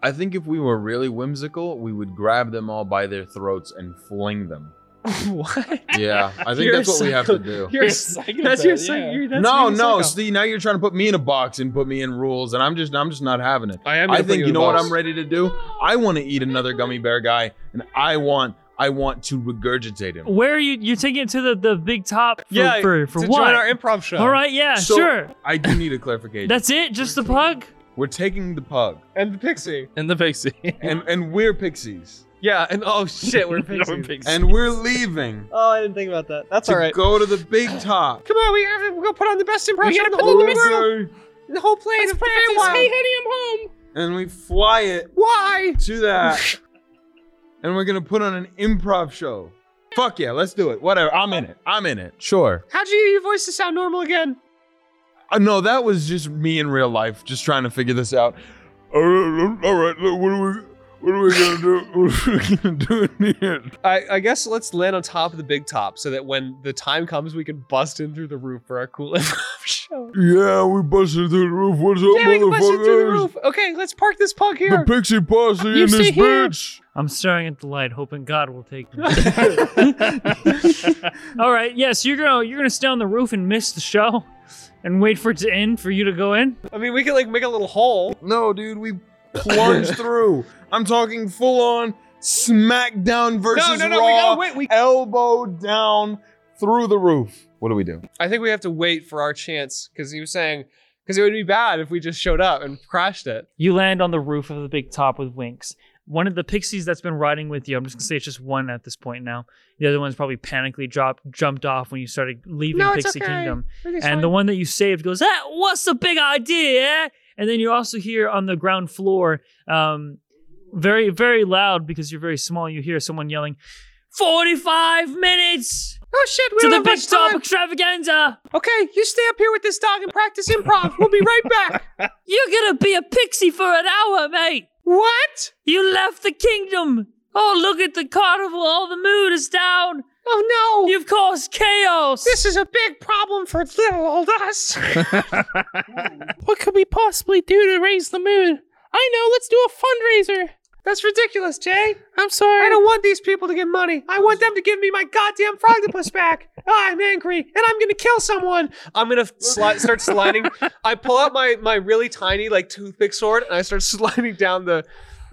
Speaker 4: I think if we were really whimsical, we would grab them all by their throats and fling them.
Speaker 5: (laughs) what?
Speaker 4: Yeah, I think
Speaker 5: You're
Speaker 4: that's what we have to
Speaker 5: psycho.
Speaker 4: do.
Speaker 5: You're a That's your psych- you're- that's
Speaker 4: no,
Speaker 5: being
Speaker 4: no,
Speaker 5: a psycho.
Speaker 4: see, now you're trying to put me in a box and put me in rules, and I'm just, I'm just not having it.
Speaker 5: I am.
Speaker 4: I think you know what I'm ready to do. I want to eat another gummy bear guy, and I want, I want to regurgitate him.
Speaker 2: Where are you? You're taking it to the, the big top for, for, for
Speaker 5: to
Speaker 2: what?
Speaker 5: join our improv show.
Speaker 2: All right, yeah,
Speaker 4: So-
Speaker 2: sure.
Speaker 4: I do need a clarification.
Speaker 2: That's it? Just the pug?
Speaker 4: we're taking the pug,
Speaker 5: And the pixie.
Speaker 6: in the pixie.
Speaker 4: and and we're pixies,
Speaker 5: Yeah, and oh shit, we're
Speaker 6: (laughs) No,
Speaker 5: pixies.
Speaker 6: pixie.
Speaker 4: and we're leaving
Speaker 5: oh, I didn't think about that. That's
Speaker 4: to
Speaker 5: all right.
Speaker 4: go to the big top.
Speaker 5: Come on, we have, we're gonna put on the best
Speaker 12: We
Speaker 5: impression
Speaker 12: gotta
Speaker 5: in the
Speaker 12: put
Speaker 5: whole
Speaker 12: on the
Speaker 5: world. In the whole plane.
Speaker 12: Let's
Speaker 5: of
Speaker 12: practice.
Speaker 5: Wild.
Speaker 12: Hey, honey, I'm home.
Speaker 4: and we fly it
Speaker 5: Why?
Speaker 4: to that.
Speaker 5: (laughs)
Speaker 4: and we're gonna put on an improv show. Fuck yeah, let's do it. Whatever, I'm in it. I'm in it. Sure.
Speaker 5: How'd you get your voice to sound normal again?
Speaker 4: Uh, no, that was just me in real life, just trying to figure this out. All right, all right, what are we, what are we gonna do? (laughs) What are we gonna do in the end?
Speaker 5: I, I guess let's land on top of the big top so that when the time comes, we can bust in through the roof for our cool (laughs) improv show.
Speaker 11: Yeah, we busted through the roof. What's up,
Speaker 5: Yeah, we can bust in through the
Speaker 11: motherfuckers?
Speaker 5: roof. Okay, let's park this pug
Speaker 11: The,
Speaker 5: here.
Speaker 11: pixie posse
Speaker 12: You
Speaker 11: in this
Speaker 12: stay here.
Speaker 11: bitch.
Speaker 2: I'm staring at the light, hoping God will take
Speaker 11: (laughs)
Speaker 2: me. All right, yes, you're gonna you're gonna stay on the roof and miss the show, and wait for it to end for you to go in.
Speaker 5: I mean, we can like make a little hole. (laughs)
Speaker 4: No, dude, we plunge through. I'm talking full on SmackDown versus
Speaker 5: no, no,
Speaker 4: Raw.
Speaker 5: we gotta wait, we-
Speaker 4: elbow down through the roof. What do we do?
Speaker 5: I think we have to wait for our chance because he was saying because it would be bad if we just showed up and crashed it.
Speaker 2: You land on the roof of the big top with Winks. One of the pixies that's been riding with you, I'm just gonna say it's just one at this point now. The other one's probably panically dropped, jumped off when you started leaving
Speaker 12: No, it's
Speaker 2: Pixie
Speaker 12: okay.
Speaker 2: Kingdom.
Speaker 12: Everything's
Speaker 2: and the
Speaker 12: fine.
Speaker 2: one that you saved goes, ah, what's the big idea? eh?" And then you also hear on the ground floor, um, very, very loud because you're very small, you hear someone yelling, 45 minutes
Speaker 12: Oh shit, we
Speaker 2: to
Speaker 12: don't
Speaker 2: the
Speaker 12: have
Speaker 2: big
Speaker 12: much
Speaker 2: top
Speaker 12: time.
Speaker 2: extravaganza.
Speaker 12: Okay, you stay up here with this dog and practice improv. We'll be right back.
Speaker 2: You're gonna be a pixie for an hour, mate.
Speaker 12: what?
Speaker 2: You left the kingdom. Oh, look at the carnival. All the mood is down.
Speaker 12: Oh no!
Speaker 2: You've caused chaos.
Speaker 12: This is a big problem for little old
Speaker 5: (laughs)
Speaker 12: us. (laughs) what could we possibly do to raise the mood? I know, let's do a fundraiser.
Speaker 5: That's ridiculous, Jay.
Speaker 12: I'm sorry.
Speaker 5: I don't want these people to get money. I want them to give me my goddamn frogdipus back. Ah, I'm angry, and I'm gonna kill someone. I'm gonna sli- start (laughs) sliding. I pull out my my really tiny like toothpick sword, and I start (laughs) sliding down the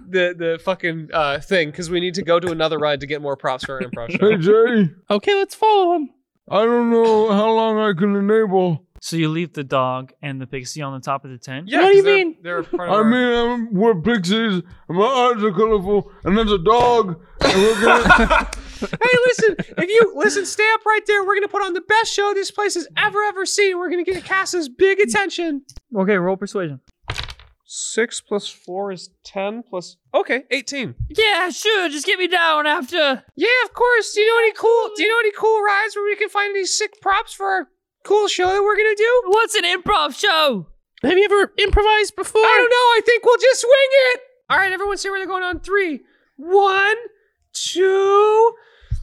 Speaker 5: the the fucking uh, thing because we need to go to another ride to get more props for our improv
Speaker 2: (laughs)
Speaker 5: show.
Speaker 11: Hey, Jay,
Speaker 12: (laughs) Okay, let's follow him.
Speaker 11: I don't know how long I can enable.
Speaker 2: So you leave the dog and the pixie on the top of the tent.
Speaker 12: What do you
Speaker 5: 'cause they're-
Speaker 12: mean? (laughs) um,
Speaker 5: They're part of
Speaker 11: I
Speaker 5: our-
Speaker 11: mean, I'm, we're pixies, and my eyes are colorful, and there's a dog, and
Speaker 12: (laughs)
Speaker 11: we're gonna.
Speaker 5: hey, listen, if you listen, stay up right there. We're gonna put on the best show this place has ever ever seen. We're gonna get Cass's big attention.
Speaker 2: Okay, roll persuasion.
Speaker 5: Six plus four is ten plus okay, eighteen.
Speaker 2: Yeah, sure. Just get me down after.
Speaker 5: Yeah, of course. Do you know any cool do you know any cool rides where we can find any sick props for our cool show that we're gonna do?
Speaker 2: What's an improv show?
Speaker 12: Have you ever improvised before?
Speaker 5: I don't know, I think we'll just swing it. Alright, everyone say where they're going on three. One, two,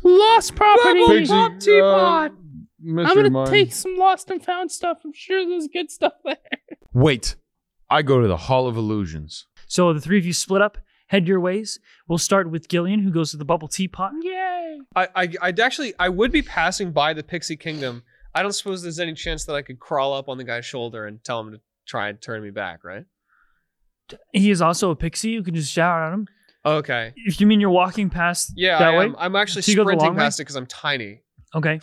Speaker 12: Lost property.
Speaker 5: bubble pop teapot.
Speaker 11: Mystery
Speaker 12: I'm gonna
Speaker 11: Mine.
Speaker 12: take some lost and found stuff. I'm sure there's good stuff there.
Speaker 4: Wait, I go to the Hall of
Speaker 5: (laughs)
Speaker 4: Illusions.
Speaker 2: So the three of you split up, head your ways. We'll start with Gillian, who goes to the bubble teapot.
Speaker 12: Yay!
Speaker 5: I, I I'd actually I would be passing by the Pixie Kingdom. I don't suppose there's any chance that I could crawl up on the guy's shoulder and tell him to try and turn me back, right?
Speaker 2: He is also a pixie. You can just shout at him.
Speaker 5: Okay.
Speaker 2: If you mean you're walking past
Speaker 5: Yeah,
Speaker 2: that
Speaker 5: I
Speaker 2: way?
Speaker 5: am. I'm actually
Speaker 2: So you go the
Speaker 5: sprinting
Speaker 2: long way?
Speaker 5: past it because I'm tiny.
Speaker 2: Okay.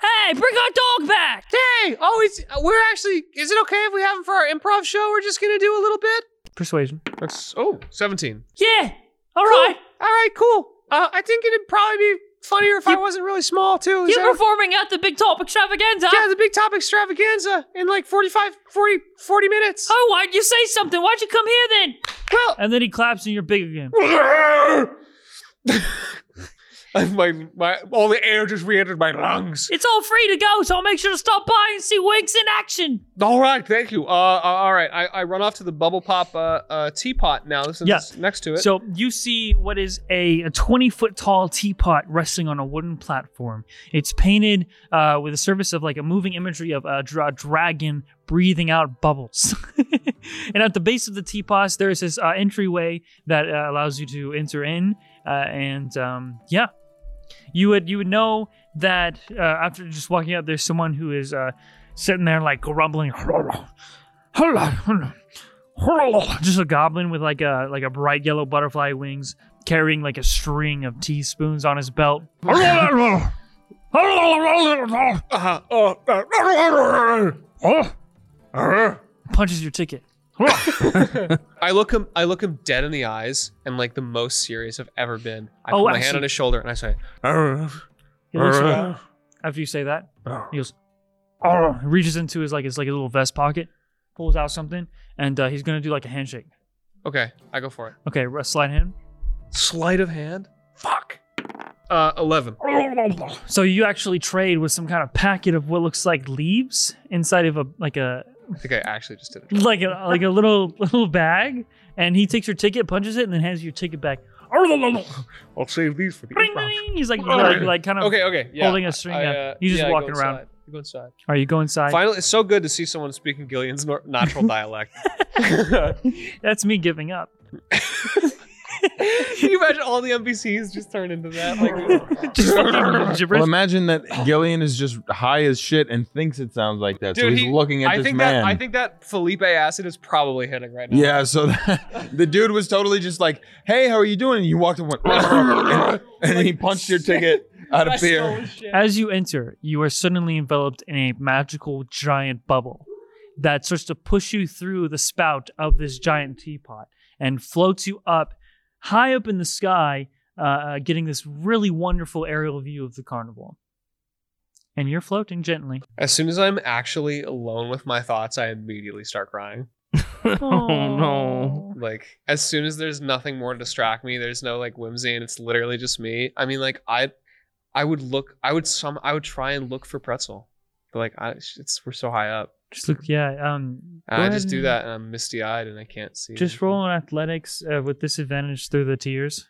Speaker 2: hey, bring our dog back.
Speaker 5: Hey, oh, it's, we're actually. Is it okay if we have him for our improv show? We're just gonna do a little bit.
Speaker 2: Persuasion.
Speaker 5: That's oh, 17.
Speaker 2: Yeah. All right.
Speaker 5: All right, cool. Uh, I think it'd probably be funnier if I wasn't really small too. Is that-
Speaker 2: You're performing at the Big Top Extravaganza.
Speaker 5: yeah, the big top extravaganza in like 45, 40, 40 minutes.
Speaker 2: Oh, why'd you say something? Why'd you come here then?
Speaker 5: Well,
Speaker 2: And then he claps and you're big
Speaker 5: (laughs)
Speaker 2: again.
Speaker 5: my my all the air just re-entered my lungs.
Speaker 2: It's all free to go, so I'll make sure to stop by and see Winks in action.
Speaker 5: All right, thank you. Uh, uh, all right, I, I run off to the bubble pop uh, uh, teapot now. This is
Speaker 2: Yeah.
Speaker 5: next to it.
Speaker 2: So you see what is a, a 20 foot tall teapot resting on a wooden platform. It's painted uh, with a surface of like a moving imagery of a, dra- dragon breathing out bubbles. (laughs) and at the base of the teapot, there is this uh, entryway that uh, allows you to enter in. Uh, and um, yeah, you would you would know that uh, after just walking up, there's someone who is uh, sitting there like grumbling. (laughs) just a goblin with like a like a bright yellow butterfly wings carrying like a string of teaspoons on his
Speaker 5: (laughs)
Speaker 2: belt (laughs)
Speaker 5: Uh-huh. Oh, uh,
Speaker 2: punches your ticket
Speaker 5: I look him. I look him dead in the eyes, and like the most serious I've ever been. I
Speaker 2: Oh,
Speaker 5: put my
Speaker 2: actually-
Speaker 5: hand on his shoulder and I say,
Speaker 2: He looks
Speaker 5: Uh-huh.
Speaker 2: around after you say that he goes (laughs) "Arr," reaches into his like his like a little vest pocket pulls out something and uh, he's gonna do like a handshake
Speaker 5: "Okay, I go for
Speaker 2: okay r- slide hand
Speaker 5: it." Sleight of hand. Fuck. Uh, eleven.
Speaker 2: so you actually trade with some kind of packet of what looks like leaves inside of a like a
Speaker 5: I think I actually just did it.
Speaker 2: like a like a little (laughs) little bag, and he takes your ticket, punches it, and then hands you your ticket back.
Speaker 11: (laughs) I'll save these for the
Speaker 2: Ring,
Speaker 11: improv.
Speaker 2: ring. He's like, like like kind of.
Speaker 5: Oh, Okay, okay. Yeah,
Speaker 2: holding a string,
Speaker 5: I,
Speaker 2: yeah.
Speaker 5: uh,
Speaker 2: He's just
Speaker 5: yeah, I go
Speaker 2: walking around.
Speaker 5: inside. I go inside.
Speaker 2: Are you go inside?
Speaker 5: Finally, it's so good to see someone speaking Gillian's (laughs) nor- natural dialect.
Speaker 2: That's me giving up.
Speaker 5: Can you imagine all the NPCs just turn into that? Like, (laughs)
Speaker 4: Well, imagine that Gillian is just high as shit and thinks it sounds like that. so he's
Speaker 5: he-
Speaker 4: looking at
Speaker 5: I
Speaker 4: this
Speaker 5: think
Speaker 4: man.
Speaker 5: That, I think that Felipe acid is probably hitting right now.
Speaker 4: yeah, so that, (laughs) the dude was totally just like, "Hey, how are you doing?" And you walked and went, (laughs) and, and he punched your ticket out of beer.
Speaker 2: As you enter, you are suddenly enveloped in a magical giant bubble that starts to push you through the spout of this giant teapot and floats you up high up in the sky, uh, uh, getting this really wonderful aerial view of the carnival. And you're floating gently.
Speaker 5: As soon as I'm actually alone with my thoughts, I immediately
Speaker 2: (laughs)
Speaker 5: start crying.
Speaker 6: oh no.
Speaker 5: Like as soon as there's nothing more to distract me, there's no like whimsy, and it's literally just me. I mean, like I, I would look, I would some, I would try and look for pretzel, but like I, it's we're so high up,
Speaker 2: Just look, yeah. Um, go
Speaker 5: and I
Speaker 2: ahead
Speaker 5: just do
Speaker 2: and
Speaker 5: that, and I'm misty eyed, and I can't see.
Speaker 2: Just roll on athletics uh, with disadvantage through the tiers.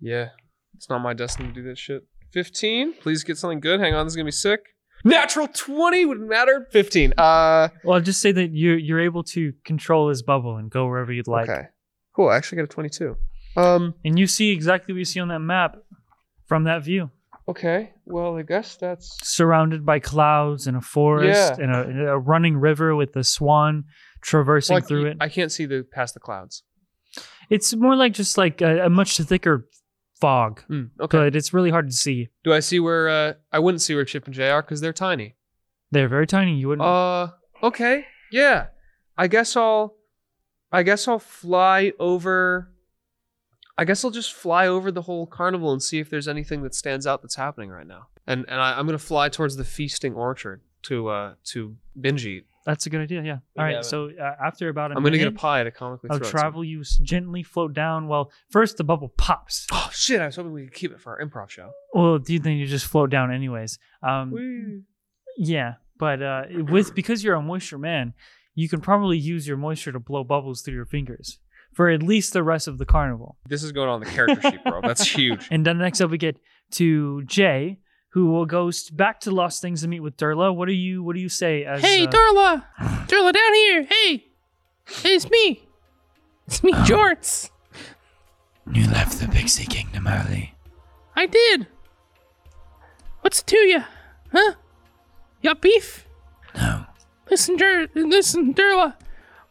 Speaker 5: Yeah, it's not my destiny to do that shit. 15. Please get something good. Hang on, this is gonna be sick. Natural 20 wouldn't matter. 15. Uh,
Speaker 2: Well, I'll just say that you're you're able to control this bubble and go wherever you'd like.
Speaker 5: okay, cool. I actually got a 22. Um,
Speaker 2: And you see exactly what you see on that map from that view.
Speaker 5: okay. Well, I guess that's
Speaker 2: Surrounded by clouds and a forest
Speaker 5: Yeah.
Speaker 2: and, a, and a running river with the swan traversing
Speaker 5: Well, I-
Speaker 2: through it.
Speaker 5: I can't see the past the clouds.
Speaker 2: it's more like just like a, a much thicker fog,
Speaker 5: Mm, okay.
Speaker 2: but it's really hard to see.
Speaker 5: Do I see where uh, I wouldn't see where Chip and Jay are because they're tiny.
Speaker 2: They're very tiny. You wouldn't.
Speaker 5: Uh, okay. Yeah. I guess I'll. I guess I'll fly over. I guess I'll just fly over the whole carnival and see if there's anything that stands out that's happening right now. And and I, I'm gonna fly towards the feasting orchard to uh to binge eat.
Speaker 2: that's a good idea. Yeah. All right. So uh, after about a
Speaker 5: I'm gonna
Speaker 2: minute
Speaker 5: get a pie at a comically.
Speaker 2: of
Speaker 5: Throat, so-
Speaker 2: travel, you s- gently float down. Well, first the bubble pops.
Speaker 5: Oh shit! I was hoping we could keep it for our improv show.
Speaker 2: Well, do you think you just float down anyways? Um, Yeah, but uh, with because you're a moisture man, you can probably use your moisture to blow bubbles through your fingers for at least the rest of the carnival.
Speaker 5: This is going on the character sheet, bro.
Speaker 2: (laughs)
Speaker 5: That's huge.
Speaker 2: And then next up we get to Jay, who will go s- back to Lost Things to meet with Durla. What do you What do you say? As,
Speaker 12: Hey,
Speaker 2: uh,
Speaker 12: Darla! Darla, down here! Hey! Hey, it's me!
Speaker 7: (gasps)
Speaker 12: It's me, Jorts!
Speaker 7: You left the Pixie Kingdom early.
Speaker 12: I did! What's it to you? Huh? You got beef?
Speaker 7: No.
Speaker 12: Listen, Dur- listen, Durla.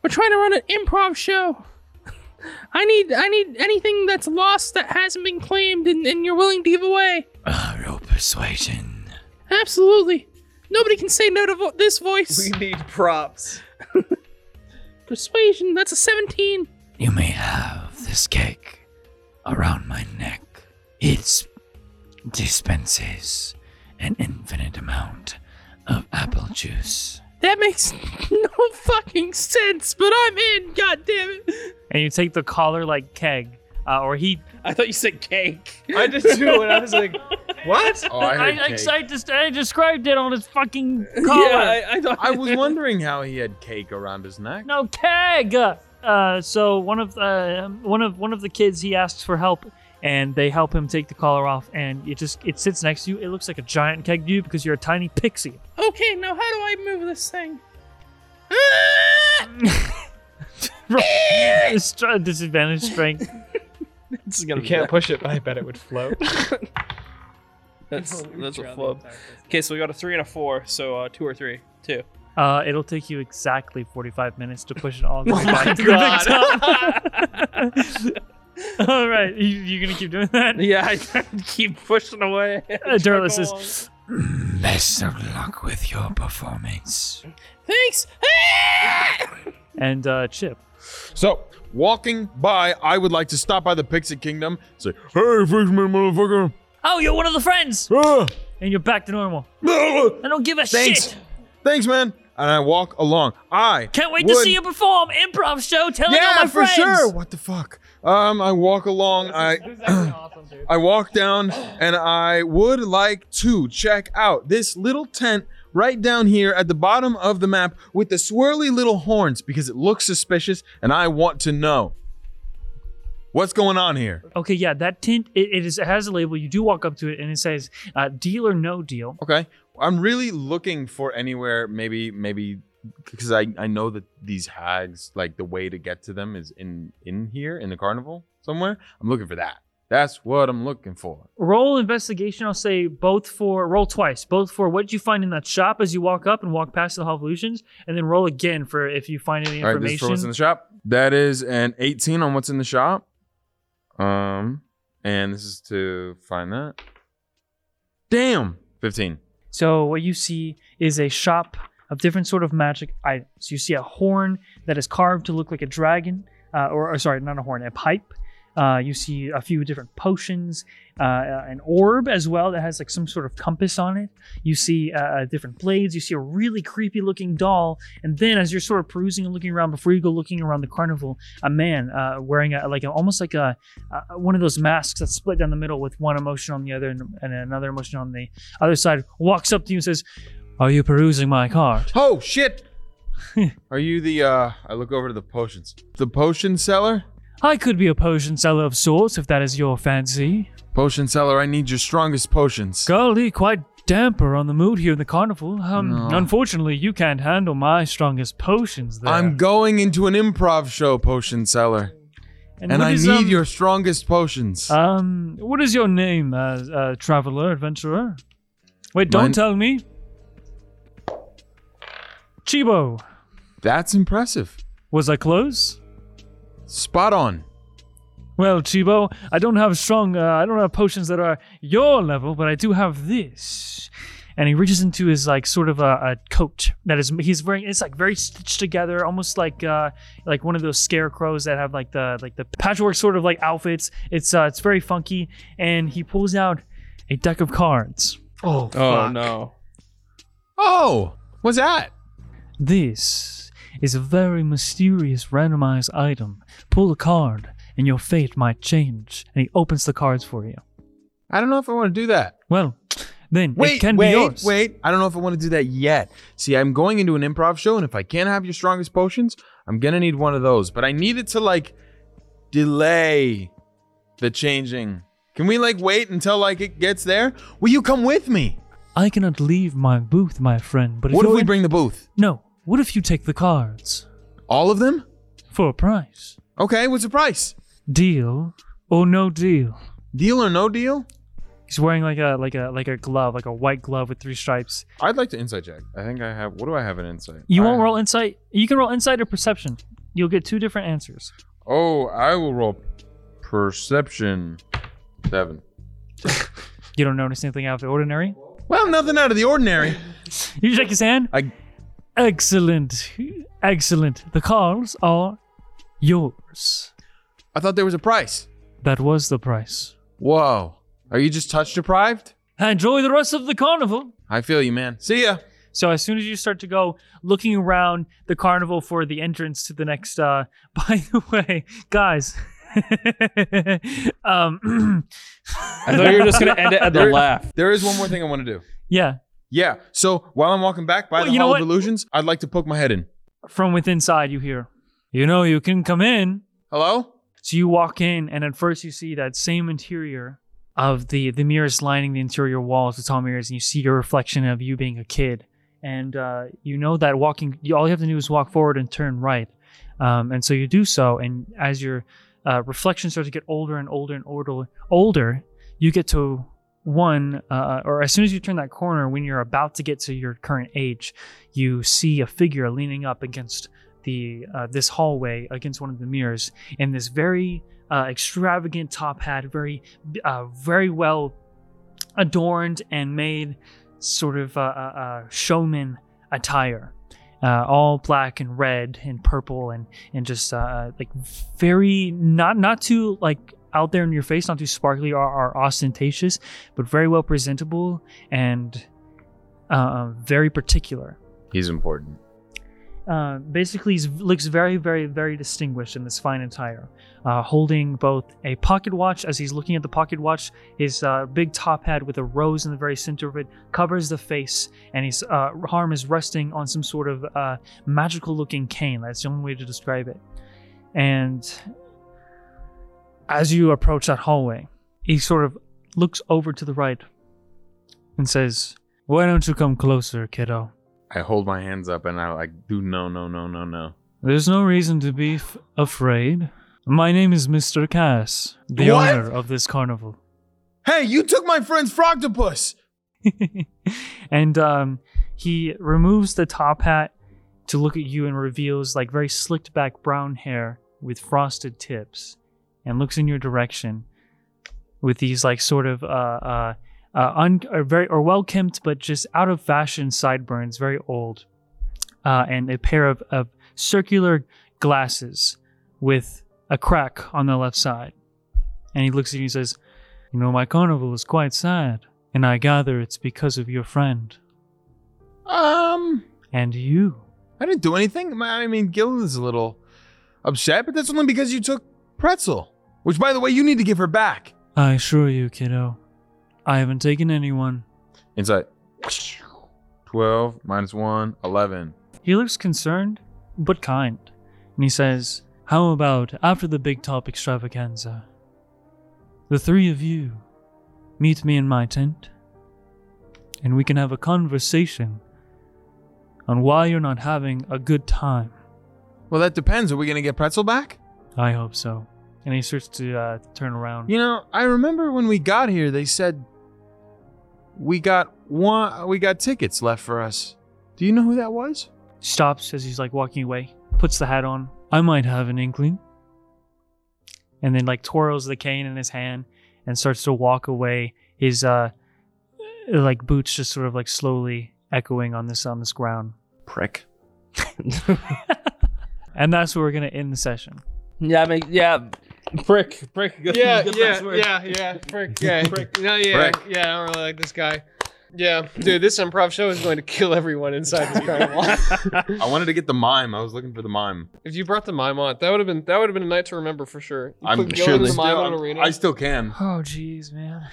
Speaker 12: We're trying to run an improv show. (laughs) I need, I need anything that's lost that hasn't been claimed and, and you're willing to give away.
Speaker 7: Ah, roll persuasion.
Speaker 12: Absolutely. Nobody can say no to vo- this voice.
Speaker 5: need props.
Speaker 12: (laughs) Persuasion. That's a 17.
Speaker 7: You may have this cake around my neck. It dispenses an infinite amount of apple juice.
Speaker 12: That makes (laughs) no fucking sense. But I'm in. God damn it.
Speaker 2: and you take the collar like keg, uh, or he.
Speaker 6: I thought you said cake.
Speaker 5: I did too, and I was
Speaker 6: (laughs)
Speaker 5: like, what?
Speaker 4: Oh, I, heard cake.
Speaker 2: I, just, I described it on his fucking (laughs) collar.
Speaker 6: Yeah, I, I thought (laughs)
Speaker 4: I was wondering how he had cake around his neck.
Speaker 2: No keg. Uh, so one of uh, one of one of the kids he asks for help, and they help him take the collar off, and it just it sits next to you. It looks like a giant keg to you because you're a tiny pixie. (laughs)
Speaker 12: Okay, now how do I move this thing? Ah!
Speaker 2: Str- Disadvantage strength.
Speaker 6: (laughs) this is gonna
Speaker 5: You
Speaker 6: be
Speaker 5: can't
Speaker 6: bad.
Speaker 5: push it, but I bet it would float. (laughs)
Speaker 6: That's that's a flub. Okay, so we got a three and a four, so uh, two or three, two.
Speaker 2: Uh, it'll take you exactly 45 minutes to
Speaker 6: (laughs)
Speaker 2: push it
Speaker 6: Oh
Speaker 2: all the way back to the top. (laughs) all right, you, you're gonna keep doing that.
Speaker 6: Yeah, I (laughs) keep pushing away.
Speaker 2: Uh, Darla says,
Speaker 7: Best of luck with your performance.
Speaker 12: Thanks. Ah!
Speaker 2: and uh, Chip.
Speaker 4: So, walking by, I would like to stop by the Pixie Kingdom. Say, "Hey, fisherman, motherfucker!"
Speaker 2: Oh, you're one of the friends,
Speaker 4: Ah,
Speaker 2: and you're back to normal.
Speaker 4: ah,
Speaker 2: I don't give a
Speaker 4: Thanks.
Speaker 2: shit.
Speaker 4: Thanks, man. And I walk along. I
Speaker 2: Can't wait to
Speaker 4: would-
Speaker 2: see you perform improv show. Telling
Speaker 4: Yeah,
Speaker 2: all my
Speaker 4: for
Speaker 2: friends.
Speaker 4: sure. What the fuck? Um, I walk along. I (clears throat) I walk down, and I would like to check out this little tent right down here at the bottom of the map with the swirly little horns because it looks suspicious, and I want to know what's going on here.
Speaker 2: Okay, yeah, that tint it, it is it has a label. You do walk up to it and it says uh, "Deal or No Deal."
Speaker 4: Okay, I'm really looking for anywhere. Maybe maybe because I I know that these hags like the way to get to them is in in here in the carnival. somewhere. I'm looking for that. That's what I'm looking for.
Speaker 2: Roll investigation. I'll say both for roll twice, both for what did you find in that shop as you walk up and walk past the Hall of Illusions, and then roll again for if you find any
Speaker 4: All right, this is
Speaker 2: information.
Speaker 4: for what's in the shop. That is an 18 on what's in the shop. Um, and this is to find that. Damn, 15.
Speaker 2: So what you see is a shop of different sort of magic items. You see a horn that is carved to look like a dragon, uh, or, or sorry, not a horn, a pipe. Uh, you see a few different potions, uh, uh, an orb as well that has like some sort of compass on it. You see uh, uh, different blades. You see a really creepy looking doll. And then, as you're sort of perusing and looking around, before you go looking around the carnival, a man uh, wearing a, like a, almost like a uh, one of those masks that's split down the middle with one emotion on the other and, and another emotion on the other side walks up to you and says, "Are you perusing my card?"
Speaker 4: Oh shit! Are you the? uh I look over to the potions. The potion seller.
Speaker 2: I could be a potion seller of sorts if that is your fancy.
Speaker 4: Potion seller, I need your strongest potions.
Speaker 2: Golly, quite damper on the mood here in the carnival. Um,
Speaker 4: No.
Speaker 2: Unfortunately, you can't handle my strongest potions there.
Speaker 4: I'm going into an improv show, potion seller, and,
Speaker 2: what
Speaker 4: I
Speaker 2: is,
Speaker 4: need
Speaker 2: um,
Speaker 4: your strongest potions.
Speaker 2: Um, what is your name, uh, uh, traveler, adventurer? Wait, don't
Speaker 4: Mine-
Speaker 2: tell me. Chibo,
Speaker 4: That's impressive.
Speaker 2: was I close?
Speaker 4: Spot on.
Speaker 2: Well, Chibo, I don't have strong, uh, I don't have potions that are your level, but I do have this. And he reaches into his like sort of a, a coat that is he's wearing. It's like very stitched together, almost like uh, like one of those scarecrows that have like the like the patchwork sort of like outfits. It's uh, it's very funky. And he pulls out a deck of cards.
Speaker 5: Oh,
Speaker 6: Oh no.
Speaker 4: Oh, what's that?
Speaker 2: This is a very mysterious randomized item. Pull a card, and your fate might change. And he opens the cards for you.
Speaker 4: I don't know if I want to do that.
Speaker 2: Well, then
Speaker 4: Wait,
Speaker 2: it can
Speaker 4: wait,
Speaker 2: be yours.
Speaker 4: wait. I don't know if I want to do that yet. See, I'm going into an improv show, and if I can't have your strongest potions, I'm gonna need one of those. But I need it to like delay the changing. Can we like wait until like it gets there? Will you come with me?
Speaker 2: I cannot leave my booth, my friend. But
Speaker 4: What if
Speaker 2: you're
Speaker 4: we
Speaker 2: in-
Speaker 4: bring the booth?
Speaker 2: No. What if you take the cards
Speaker 4: All of them?
Speaker 2: for a price?
Speaker 4: Okay, what's the price?
Speaker 2: Deal or no deal?
Speaker 4: Deal or no deal?
Speaker 2: He's wearing like a like a like a glove, like a white glove with three stripes.
Speaker 4: I'd like to insight check. I think I have. What do I have an insight?
Speaker 2: You won't
Speaker 4: I-
Speaker 2: roll insight. You can roll insight or perception. You'll get two different answers.
Speaker 4: Oh, I will roll perception seven.
Speaker 2: You don't notice anything out of the ordinary.
Speaker 4: Well, nothing out of the ordinary.
Speaker 2: You shake his hand.
Speaker 4: I
Speaker 2: Excellent, excellent. The cards are yours.
Speaker 4: I thought there was a price.
Speaker 2: That was the price.
Speaker 4: Whoa. Are you just touch deprived?
Speaker 2: Enjoy the rest of the carnival.
Speaker 4: I feel you, man. See ya.
Speaker 2: So as soon as you start to go looking around the carnival for the entrance to the next uh (laughs) by the way, guys. (laughs) um (clears throat)
Speaker 6: I thought you were just gonna end it at the laugh.
Speaker 4: There is one more thing I want to do.
Speaker 2: yeah,
Speaker 4: Yeah. So while I'm walking back by
Speaker 2: Well,
Speaker 4: the
Speaker 2: you know
Speaker 4: Hall of
Speaker 2: what?
Speaker 4: Illusions, I'd like to poke my head in.
Speaker 2: from within side you hear. You know you can come in.
Speaker 4: Hello?
Speaker 2: So you walk in, and at first you see that same interior of the the mirrors lining the interior walls with tall mirrors, and you see your reflection of you being a kid. And uh, you know that walking, you, all you have to do is walk forward and turn right. Um, and so you do so, and as your uh, reflection starts to get older and older and older, older, you get to one, uh, or as soon as you turn that corner, when you're about to get to your current age, you see a figure leaning up against the uh, this hallway against one of the mirrors, and this very uh, extravagant top hat, very uh, very well adorned and made sort of uh, uh, uh, showman attire, uh, all black and red and purple and and just uh, like very not not too like out there in your face, not too sparkly or, or ostentatious, but very well presentable and uh, very particular
Speaker 4: He's important.
Speaker 2: uh, basically he's, looks very, very, very distinguished in this fine attire, uh, holding both a pocket watch as he's looking at the pocket watch. His uh, big top hat with a rose in the very center of it covers the face, and his uh, arm is resting on some sort of uh, magical-looking cane. That's the only way to describe it. And as you approach that hallway, he sort of looks over to the right and says, "Why don't you come closer, kiddo?"
Speaker 4: I hold my hands up and I like do no, no, no, no, no.
Speaker 2: There's no reason to be f- afraid. My name is Mr. Cass, the
Speaker 4: What?
Speaker 2: owner of this carnival.
Speaker 4: Hey, you took my friend's frogtopus.
Speaker 2: and um, he removes the top hat to look at you and reveals like very slicked back brown hair with frosted tips and looks in your direction with these like sort of uh, uh, uh, un- or very or well kempt but just out of fashion sideburns very old uh, and a pair of, of circular glasses with a crack on the left side and he looks at you and says you know my carnival is quite sad and i gather it's because of your friend
Speaker 4: Um,
Speaker 2: and you
Speaker 4: I didn't do anything. My- I mean, Gil is a little upset, but that's only because you took Pretzel, which, by the way, you need to give her back.
Speaker 2: I assure you, kiddo, I haven't taken anyone.
Speaker 4: Insight. 12 minus 1, 11.
Speaker 2: He looks concerned, but kind, and he says, How about after the big top extravaganza? The three of you meet me in my tent, and we can have a conversation on why you're not having a good time.
Speaker 4: Well, that depends. Are we going to get Pretzel back?
Speaker 2: I hope so. And he starts to uh, turn around.
Speaker 4: You know, I remember when we got here, they said we got one, we got tickets left for us. Do you know who that was?
Speaker 2: stops as he's like walking away, puts the hat on. I might have an inkling. And then like twirls the cane in his hand and starts to walk away. His uh like boots just sort of like slowly echoing on this on this ground.
Speaker 4: Prick.
Speaker 2: (laughs) and that's where we're gonna end the session.
Speaker 6: Yeah, I mean, yeah, prick, (laughs) prick.
Speaker 5: (laughs)
Speaker 6: Good,
Speaker 5: Yeah,
Speaker 6: good
Speaker 5: yeah,
Speaker 6: last word.
Speaker 5: yeah, yeah. Frick, (laughs) yeah, frick. No, yeah,
Speaker 4: Frick.
Speaker 5: yeah. I don't really like this guy. Yeah, dude, this improv show is going to kill everyone inside (laughs) this carnival.
Speaker 4: I wanted to get the mime. I was looking for the mime.
Speaker 5: if you brought the mime on, that would have been that would have been a night to remember for sure. You
Speaker 4: I'm
Speaker 5: put Gil
Speaker 4: sure
Speaker 5: in the
Speaker 4: they-
Speaker 5: mime on
Speaker 4: I'm-
Speaker 5: arena.
Speaker 4: I still can.
Speaker 2: Oh jeez,
Speaker 6: (laughs)
Speaker 2: man.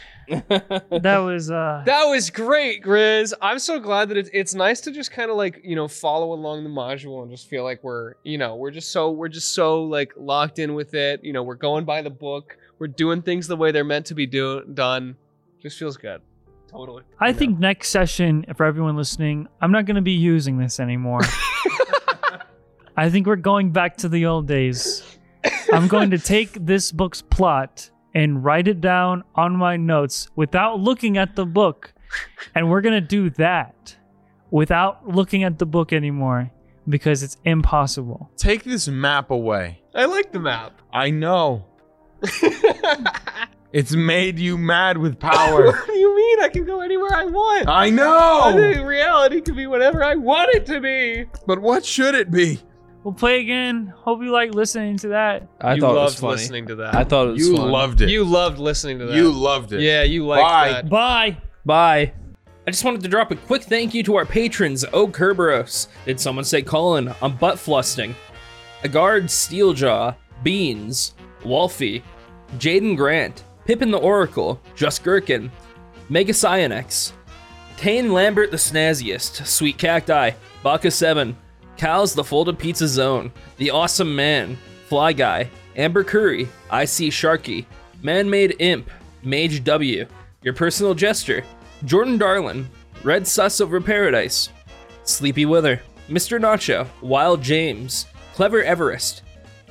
Speaker 2: that was uh
Speaker 5: That was great, Grizz. I'm so glad that it's it's nice to just kind of like you know follow along the module and just feel like we're you know we're just so we're just so like locked in with it. You know we're going by the book. We're doing things the way they're meant to be do- done. Just feels good. Totally.
Speaker 2: I think next session, for everyone listening, I'm not going to be using this anymore. I think we're going back to the old days. I'm going to take this book's plot and write it down on my notes without looking at the book. And we're going to do that without looking at the book anymore because it's impossible.
Speaker 4: Take this map away.
Speaker 5: I like the map.
Speaker 4: I
Speaker 5: (laughs)
Speaker 4: know. it's made you mad with power.
Speaker 5: (laughs) what do you mean? I can go anywhere I want.
Speaker 4: I
Speaker 5: I
Speaker 4: know.
Speaker 5: think reality can be whatever I want it to be.
Speaker 4: But what should it be?
Speaker 2: We'll play again. Hope you like listening to that.
Speaker 6: I
Speaker 5: you
Speaker 6: thought it
Speaker 5: loved
Speaker 6: was funny.
Speaker 5: listening to that.
Speaker 6: I thought it was
Speaker 4: You
Speaker 6: fun.
Speaker 4: loved it.
Speaker 5: you loved listening to that.
Speaker 4: You loved it.
Speaker 5: Yeah, you liked
Speaker 4: Bye.
Speaker 5: that.
Speaker 2: Bye.
Speaker 6: Bye. I just wanted to drop a quick thank you to our patrons, O Kerberos, did someone say Colin? I'm butt flusting. Agard Steeljaw, Beans, Wolfie, Jaden Grant, Pippin the Oracle, Just Gherkin, Mega Cyanex, Tane Lambert the Snazziest, Sweet Cacti, Baka7, Cows the Folded Pizza Zone, The Awesome Man, Fly Guy, Amber Curry, IC Sharky, Man Made Imp, Mage W, Your Personal Jester, Jordan Darlin, Red Sus Over Paradise, Sleepy Wither, Mr. Nacho, Wild James, Clever Everest,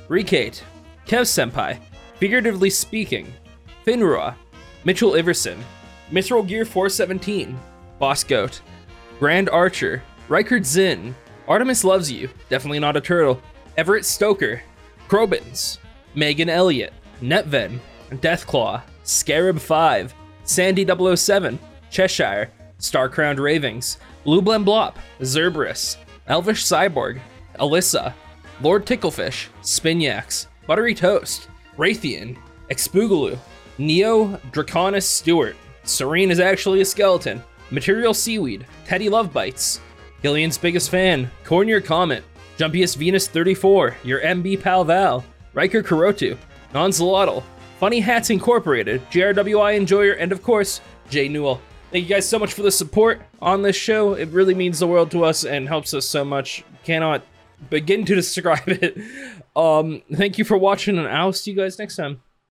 Speaker 6: Rikate, Kev Senpai, Figuratively Speaking, Finrua, Mitchell Iverson, Mithril Gear 417, Boss Goat, Grand Archer, Rikard Zinn, Artemis Loves You, Definitely Not a Turtle, Everett Stoker, Crobins, Megan Elliott, Netven, Deathclaw, Scarab 5, Sandy 007, Cheshire, Star Crowned Ravings, Lublin Blop, Zerberus, Elvish Cyborg, Alyssa, Lord Ticklefish, Spinax, Buttery Toast, Raytheon, Expoogaloo, Neo Draconis Stewart, Serene is actually a skeleton, Material Seaweed, Teddy Love Bites, Gillian's biggest fan, Corn Your Comet, Jumpiest Venus 34, Your MB Pal Val, Riker Kurotu, Nonzalotl, Funny Hats Incorporated, JRWI Enjoyer, and of course, Jay Newell. Thank you guys so much for the support on this show. It really means the world to us and helps us so much. (laughs) Cannot begin to describe it. Um, thank you for watching, and I'll see you guys next time.